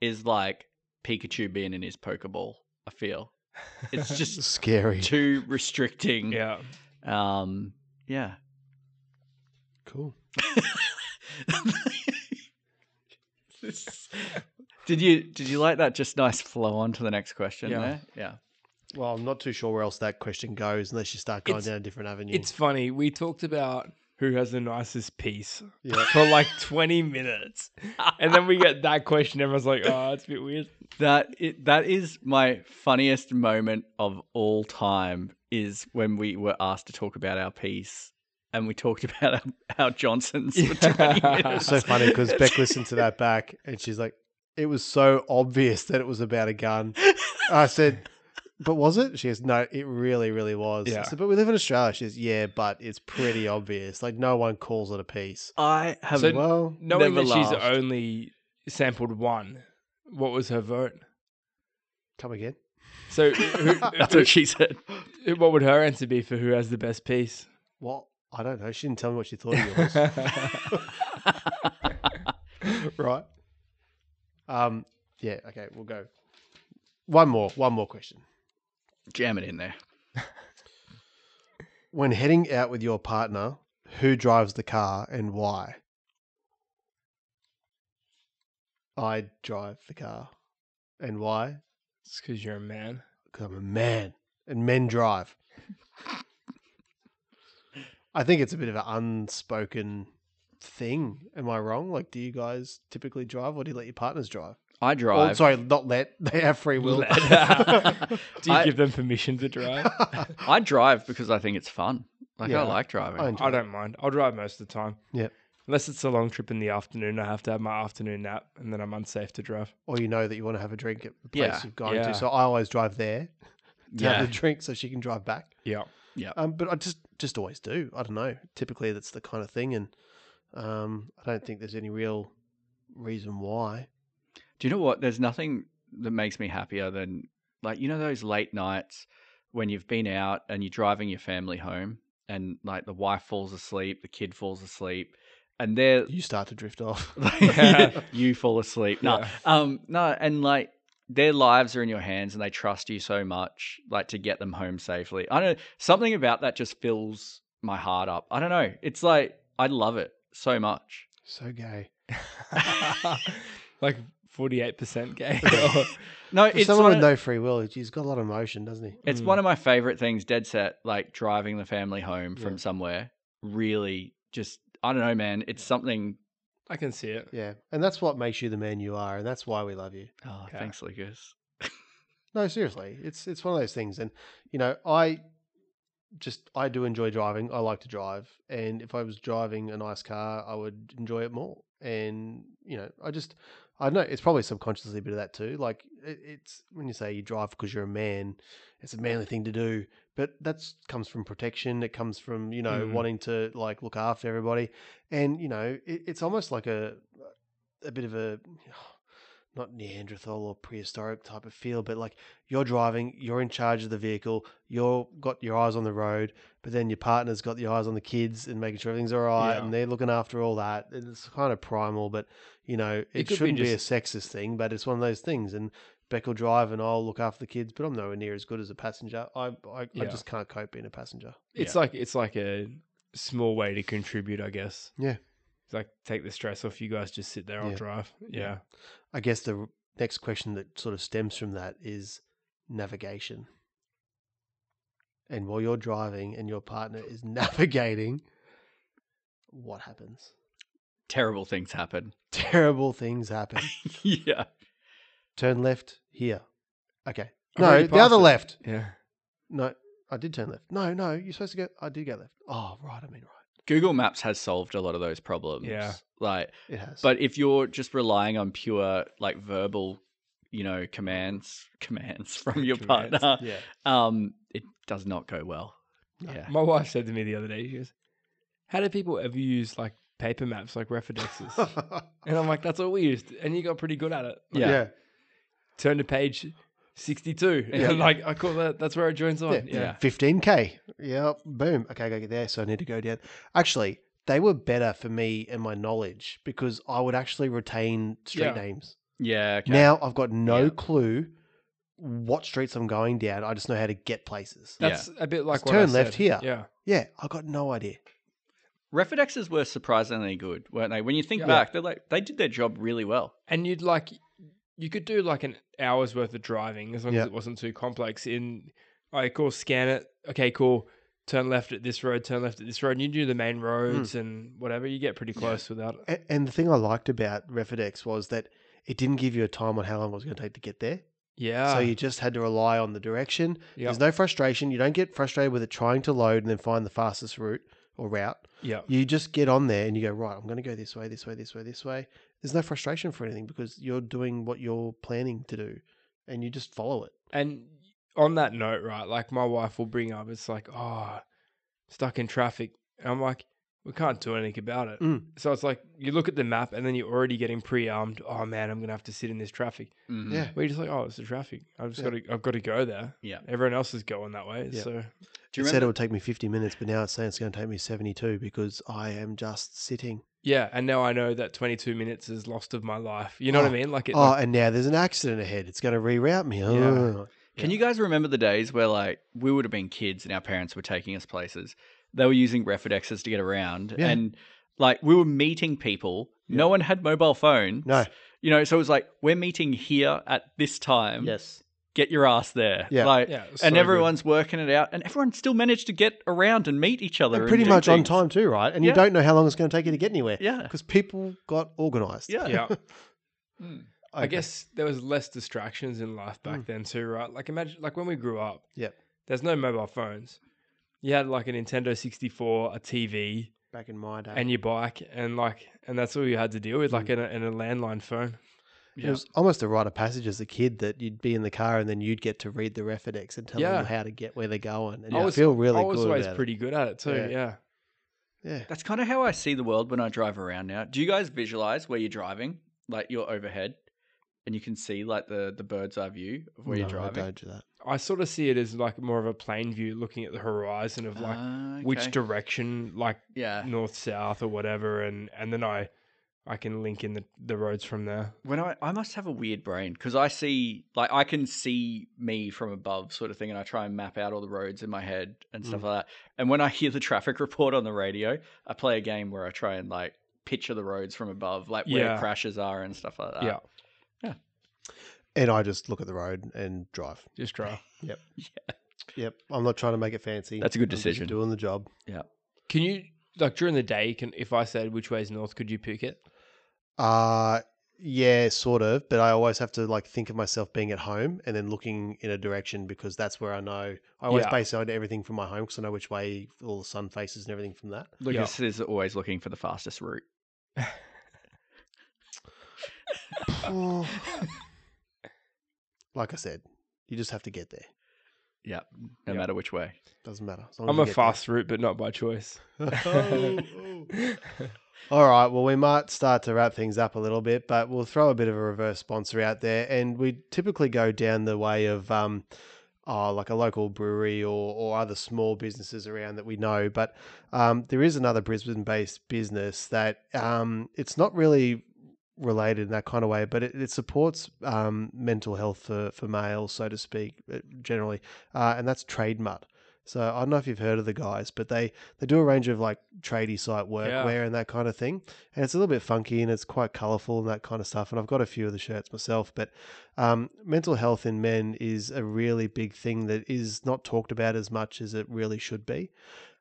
B: is like Pikachu being in his Pokeball. I feel it's
C: (laughs)
B: just
A: scary.
B: too restricting.
A: Mm.
C: yeah,
B: Um. Yeah. (laughs)
A: Cool. (laughs)
B: This- did you did you like that? Just nice flow on to the next question.
C: Yeah.
B: There? Yeah.
A: Well, I'm not too sure where else that question goes unless you start going
C: It's-
A: down a different avenue.
C: it's funny. We talked about who has the nicest piece
A: yeah.
C: for
B: (laughs)
C: like twenty minutes, and then we get that question. Everyone's like, "Oh, it's a bit weird."
B: That it, that is my funniest moment of all time is when we were asked to talk about our piece and we talked (laughs) about our, our Johnsons for 20
A: (laughs)
B: minutes.
A: It's so funny because Beck listened to that back and she's like, it was so obvious that it was about a gun. I said, but was it? She goes, no, it really, really was. I
C: Yeah.
A: said, but we live in Australia. She says, yeah, but it's pretty obvious. Like, no one calls it a piece.
B: I have
C: So-
A: (laughs) well,
C: Knowing
B: Never
C: that she's
B: laughed.
C: only sampled one, what was her vote?
A: come again.
C: So, who,
B: that's what she said.
C: who- what would her answer be for who has the best piece?
A: What? I don't know. She didn't tell me what she thought of yours. right. Um, yeah, okay, we'll go. One more, one more question.
B: Jam it in there.
A: When heading out with your partner, who drives the car and why? I drive the car. And why?
C: It's because you're a man.
A: Because I'm a man and men drive. I think it's a bit of an unspoken thing. Am I wrong? Like, do you guys typically drive or do you let your partners drive?
B: I
A: Well,
B: drive.
A: sorry, not let. (laughs) They have free
B: (laughs)
A: will.
C: Do you
B: I-
C: give them permission
B: (laughs)
C: to drive?
B: I drive because I think it's fun. Like
A: Yeah.
B: I like driving.
A: I enjoy
C: I don't mind. I'll drive most of the time.
A: Yep.
C: Unless it's a long trip in the afternoon, I have to have my afternoon nap, and then I'm unsafe to drive.
A: (laughs) or you know that you want to have a drink at the place
B: Yeah,
A: you've gone
C: yeah.
A: to. So I always drive there to
B: yeah.
A: have the drink so she can drive back.
C: Yeah.
A: Um, but I just just always do. I don't know. Typically, that's the kind of thing, and um, I don't think there's any real reason why.
B: Do you know what? There's nothing that makes me happier than like you know those late nights when you've been out and you're driving your family home and like the wife falls asleep, the kid falls asleep, and they're
A: (laughs) You start to drift
B: (laughs)
A: off. (laughs)
C: Yeah.
B: you fall asleep. No.
C: Yeah.
B: Um no, and like their lives are in your hands and they trust you so much like to get them home safely. I don't something about that just fills my heart up. I don't know. It's like I love it so much.
A: so gay.
C: (laughs) like
A: (laughs)
C: 48% gay.
B: No,
A: For
B: it's
A: someone
B: one
A: with
B: of-
A: no free will, he's got a lot of emotion, doesn't he?
B: It's
C: Mm.
B: one of my favorite things, dead set, like driving the family home from
A: Yeah.
B: somewhere. Really just I don't know, man. It's something
C: (laughs) I can see it.
A: Yeah, and that's what makes you the man you are, and that's why we love you.
B: Oh,
C: Okay.
B: thanks, Lucas.
A: No, seriously, it's it's one of those things, and you know, I just I do enjoy driving. I like to drive, and if I was driving a nice car, I would enjoy it more. And you know, I just I know it's probably subconsciously a bit of that too. Like it, it's when you say you drive because you're a man, it's a manly thing to do. But that comes from protection. It comes from you know
C: Mm.
A: wanting to like look after everybody, and you know it, it's almost like a a bit of a not Neanderthal or prehistoric type of feel, but like you're driving, you're in charge of the vehicle, you're got your eyes on the road, but then your partner's got your eyes on the kids and making sure everything's all right,
C: Yeah.
A: and they're looking after all that. And It's kind of primal, but you know,
C: It
A: it,
C: could be
A: shouldn't be, a sexist thing, but it's one of those things. And Beck will drive, and I'll look after the kids, but I'm nowhere near as good as a passenger. I I,
C: Yeah.
A: I just can't cope being a passenger.
C: It's like it's like a small way to contribute, I guess.
A: Yeah.
C: It's like take the stress off you guys, just sit there, I'll
A: Yeah.
C: drive. Yeah.
A: I guess the r- next question that sort of stems from that is navigation. And while you're driving and your partner is (laughs) navigating, what happens? (laughs)
B: Terrible things happen. (laughs)
A: Terrible things happen.
B: yeah.
A: turn left here. Okay.
C: I've
A: No,
C: already
A: the other
C: passed it.
A: left.
C: Yeah.
A: No, I did turn left. No, no, you're supposed to go. I did go left. Oh, right. I mean, right.
B: Google Maps has solved a lot of those problems.
C: Yeah.
B: Like,
A: It has.
B: but if you're just relying on pure, like, verbal, you know, commands, (laughs) commands from your
C: Commands.
B: partner,
C: (laughs)
A: yeah.
B: um, it does not go well.
A: No.
B: Yeah.
C: My wife said to me the other day, she goes, How do people ever use like paper maps
A: (laughs)
C: like Refidexes? and I'm like, That's all we used. And you got pretty good at it. Like,
B: Yeah.
A: yeah.
C: Turn to page (laughs) 62. And
A: Yeah.
C: like, I call that, that's where it joins on. Yeah.
B: Yeah.
A: 15k. Yeah, boom. Okay, go get there. So I need to go down. Actually, they were better for me and my knowledge because I would actually retain street
C: Yeah.
A: names.
B: Yeah. Okay.
A: Now I've got no
B: Yeah.
A: clue what streets I'm going down. I just know how to get places.
B: Yeah.
C: That's a bit like
A: Just
C: what
A: turn
C: I
A: left
C: said.
A: here.
C: Yeah.
A: Yeah, I got no idea.
B: Refidexes were surprisingly good, weren't they? When you think
C: Yeah.
B: back, they're like, they did their job really well.
C: And you'd like, you could do like an hour's worth of driving as long
A: Yeah.
C: as it wasn't too complex. In, I cool, scan it. Okay, cool. Turn left at this road, turn left at this road. And you do the
A: Hmm.
C: main roads and whatever. You get pretty close without it.
A: A- And the thing I liked about Refidex was that it didn't give you a time on how long it was going to take to get there.
C: Yeah.
B: Ah.
A: so you just had to rely on the direction.
C: yeah.
A: There's no frustration. You don't get frustrated with it trying to load and then find the fastest route or route.
C: yeah.
A: you just get on there and you go right i'm going to go this way this way this way this way there's no frustration for anything because you're doing what you're planning to do and you just follow it
C: And on that note, right, like my wife will bring up, it's like, oh, stuck in traffic. And I'm like, we can't do anything about it.
A: Mm.
C: So it's like you look at the map and then you're already getting pre-armed. Oh man, I'm gonna have to sit in this traffic.
B: Mhm.
A: yeah
C: We're just like, oh, it's the traffic. I've just
A: Yeah.
C: got to, I've got to go there.
B: Yeah.
C: Everyone else is going that way.
A: Yeah.
C: So
B: Do
A: it said it
B: you remember?
A: would take me 50 minutes but now it's saying it's going to take me 72 because i am just sitting
C: yeah. And now I know that 22 minutes is lost of my life. You know what
A: Oh.
C: I mean? Like it.
A: oh
C: like-
A: and now there's an accident ahead it's going to reroute me oh.
B: Can you guys remember the days where like we would have been kids and our parents were taking us places? They were using Refidexes to get around,
A: Yeah.
B: and like we were meeting people. No one had mobile phones.
A: no
B: You know, so it was like we're meeting here at this time.
A: yes
B: Get your ass there.
A: Yeah.
B: Like,
C: yeah. so
B: and
C: good.
B: everyone's working it out, and everyone still managed to get around and meet each other.
A: and
B: and
A: pretty
B: do
A: much on
B: things.
A: time too right and
B: Yeah.
A: you don't know how long it's going to take you to get anywhere
B: Yeah.
A: because people got organized (laughs)
B: Yeah.
C: Yeah.
B: Mm.
A: Okay.
C: I guess there was less distractions in life
A: Mm.
C: back then too, right? Like imagine like when we grew up.
A: Yep.
C: There's no mobile phones. You had like a Nintendo 64, a TV,
A: back in my day
C: and your bike, and like, and that's all you had to deal with,
A: Mm.
C: like in a, in a landline phone.
A: It was almost a rite of passage as a kid that you'd be in the car and then you'd get to read the refidex and tell
C: Yeah.
A: them how to get where they're going. And
C: I
A: I
C: was-
A: feel really
C: I was
A: good
C: always
A: about
C: pretty good at it too.
A: Yeah.
C: Yeah.
A: It.
C: (laughs)
A: Yeah.
B: That's kind of how I see the world when I drive around now. Do you guys visualize where you're driving? Like you're overhead and you can see like the, the bird's eye view of where you're
A: No, I
B: driving.
A: don't do that.
C: I sort of see it as like more of a plane view, looking at the horizon of like
B: Ah, okay.
C: which direction, like
B: Yeah.
C: north, south, or whatever, and and then I, I can link in the the roads from there.
B: When I I must have a weird brain because I see like I can see me from above sort of thing and I try and map out all the roads in my head and stuff like that. And when I hear the traffic (laughs) report on the radio, I play a game where I try and like picture the roads from above, like where
C: Yeah.
B: crashes are and stuff like that.
C: yeah,
A: And I just look at the road and drive.
C: just drive.
A: Yep. I'm not trying to make it fancy.
B: That's a good
A: I'm just
B: decision.
A: doing the job.
C: (laughs) Can you like during the day? Can if I said which way's north, could you pick it?
A: Uh yeah, sort of. But I always have to like think of myself being at home and then looking in a direction because that's where I know. I always
C: Yeah.
A: base on everything from my home because I know which way all the sun faces and everything from that.
B: Lucas is always looking for the fastest route.
A: (sighs) like I said, you just have to get there.
B: Yeah, no
C: Yep.
B: matter which way.
A: Doesn't matter. as long as
C: I'm
A: you
C: a
A: get there.
C: fast route, but not by (laughs) choice. (laughs)
A: Oh, oh. (laughs) All right. Well, we might start to wrap things up a little bit, but we'll throw a bit of a reverse sponsor out there, and we typically go down the way of um, oh, like a local brewery or or other small businesses around that we know. But um, there is another Brisbane-based business that um, it's not really related in that kind of way, but it, it supports um, mental health for for males, so to speak, uh, generally, uh, and that's Trade Mutt. So I don't know if you've heard of the guys, but they they do a range of like tradie site workwear and that kind of thing. And it's a little bit funky and it's quite colourful and that kind of stuff. And I've got a few of the shirts myself, but um, mental health in men is a really big thing that is not talked about as much as it really should be.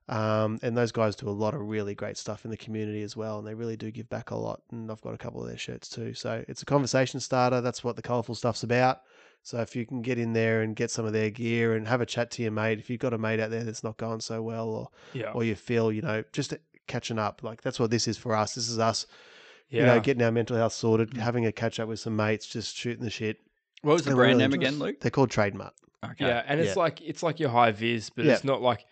A: Um, and those guys do a lot of really great stuff in the community as well, and they really do give back a lot. And I've got a couple of their shirts too, so it's a conversation starter. That's what the colourful stuff's about. So if you can get in there and get some of their gear and have a chat to your mate, if you've got a mate out there that's not going so well, or
C: Yeah.
A: or you feel, you know, just catching up, like that's what this is for us. This is us,
C: Yeah. Mm.
A: you know, getting our mental health sorted, having a catch up with some mates, just shooting the shit.
B: What was the
A: And we
B: brand
A: really
B: name
A: enjoy it.
B: again, Luke?
A: They're called Trademark.
B: Okay.
C: Yeah, and it's
A: Yeah.
C: like it's like your high vis, but
A: Yeah.
C: it's not like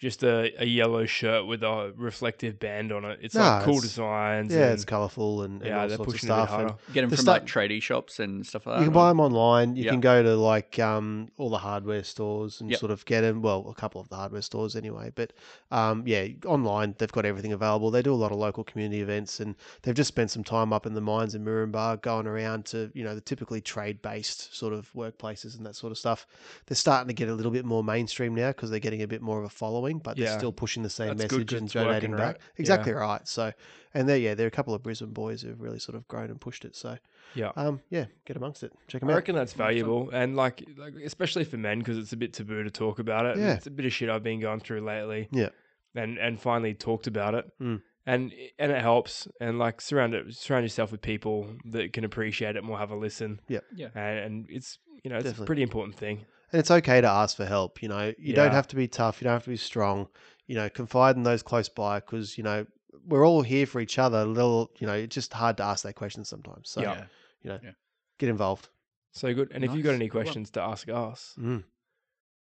C: just a, a yellow shirt with a reflective band on it. It's
A: No,
C: like cool
A: it's-
C: designs.
A: Yeah,
C: and-
A: it's colourful and, and
C: yeah,
A: all
C: they're
A: sorts of
C: pushing it a bit
A: stuff. And
C: harder.
B: Get them
A: The
B: from
A: stuff-
B: like tradie shops and stuff like that.
A: you can
B: or-
A: buy them online. You
B: Yeah.
A: can go to like um, all the hardware stores and
B: Yep.
A: sort of get them. Well, a couple of the hardware stores anyway. But um, yeah, online they've got everything available. They do a lot of local community events, and they've just spent some time up in the mines in Murrumbar, going around to you know the typically trade based sort of workplaces and that sort of stuff. They're starting to get a little bit more mainstream now because they're getting a bit more of a following, but
C: Yeah.
A: they're still pushing the same
C: That's good
A: message
C: 'cause
A: and
C: it's working,
A: donating back.
C: right?
A: Exactly right. So, and there, yeah, there are a couple of Brisbane boys who've really sort of grown and pushed it. So.
C: yeah.
A: Um, yeah, get amongst it. Check them
C: I
A: out.
C: reckon that's valuable, and like, like especially for men because it's a bit taboo to talk about it. and
A: Yeah.
C: it's a bit of shit I've been going through lately.
A: Yeah.
C: and and finally talked about it,
A: Mm.
C: and and it helps. And like surround it, surround yourself with people that can appreciate it and will have a listen.
A: Yeah.
B: Yeah.
C: and, and it's you know it's
A: Definitely.
C: a pretty important thing.
A: And it's okay to ask for help. You know, you don't
C: Yeah.
A: have to be tough. You don't have to be strong. You know, confide in those close by because you know we're all here for each other. A little, you know, it's just hard to ask that question sometimes. So
C: Yeah.
B: Yeah.
A: get involved.
C: So good. And if you've got
B: Nice.
C: any
B: Well-
C: questions to ask us,
A: Mm.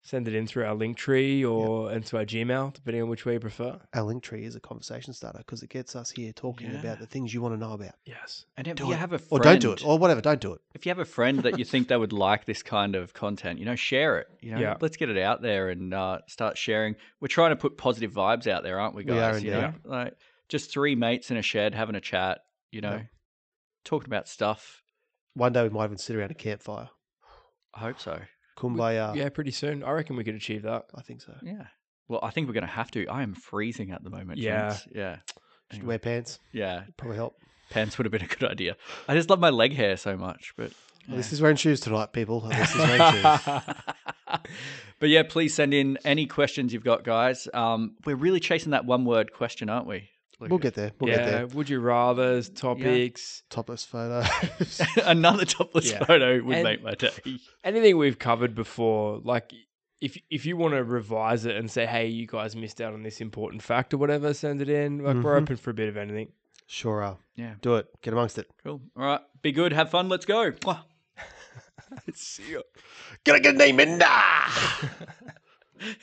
C: send it in through our link tree or into our Gmail, depending on which way you prefer.
A: Our link tree is a conversation starter because it gets us here talking
B: Yeah.
A: about the things you want to know about.
C: Yes.
B: And if
A: Do
B: you
A: it.
B: have a
A: Or
B: friend,
A: don't do it. Or whatever. Don't do it.
B: if you have a friend that you think they would like this kind of content, you know, share it. You know,
C: Yeah.
B: let's get it out there and uh, start sharing. We're trying to put positive vibes out there, aren't we,
A: We
B: guys?
A: are
B: you know,
A: indeed.
B: like just three mates in a shed having a chat. You know,
A: Yeah.
B: talking about stuff.
A: One day we might even sit around a campfire.
B: I hope so.
A: Kumbaya.
C: yeah, pretty soon. I reckon we could achieve that.
A: I think so.
B: Yeah. Well, I think we're going to have to. I am freezing at the moment.
C: Yeah.
B: gents. Yeah.
A: Should wear pants.
B: Yeah.
A: Probably help.
B: Pants would have been a good idea. I just love my leg hair so much, but
A: At least he's wearing shoes tonight, people. At least he's wearing
C: (laughs)
A: shoes.
B: (laughs) but yeah, please send in any questions you've got, guys. Um, we're really chasing that one word question, aren't we?
A: We'll get there. We'll get
C: yeah.
A: there.
C: Would you rather topics?
A: Topless photos.
B: (laughs) Another topless
C: Yeah.
B: photo would
C: And-
B: make my day.
C: Anything we've covered before, like if if you want to revise it and say, hey, you guys missed out on this important fact or whatever, send it in. Like we're
A: Mhm.
C: open for a bit of anything.
A: (laughs) Sure are.
B: Yeah.
A: Do it. Get amongst it.
B: Cool. All right. Be good. Have fun. Let's go. Mwah.
A: Get a good name in there.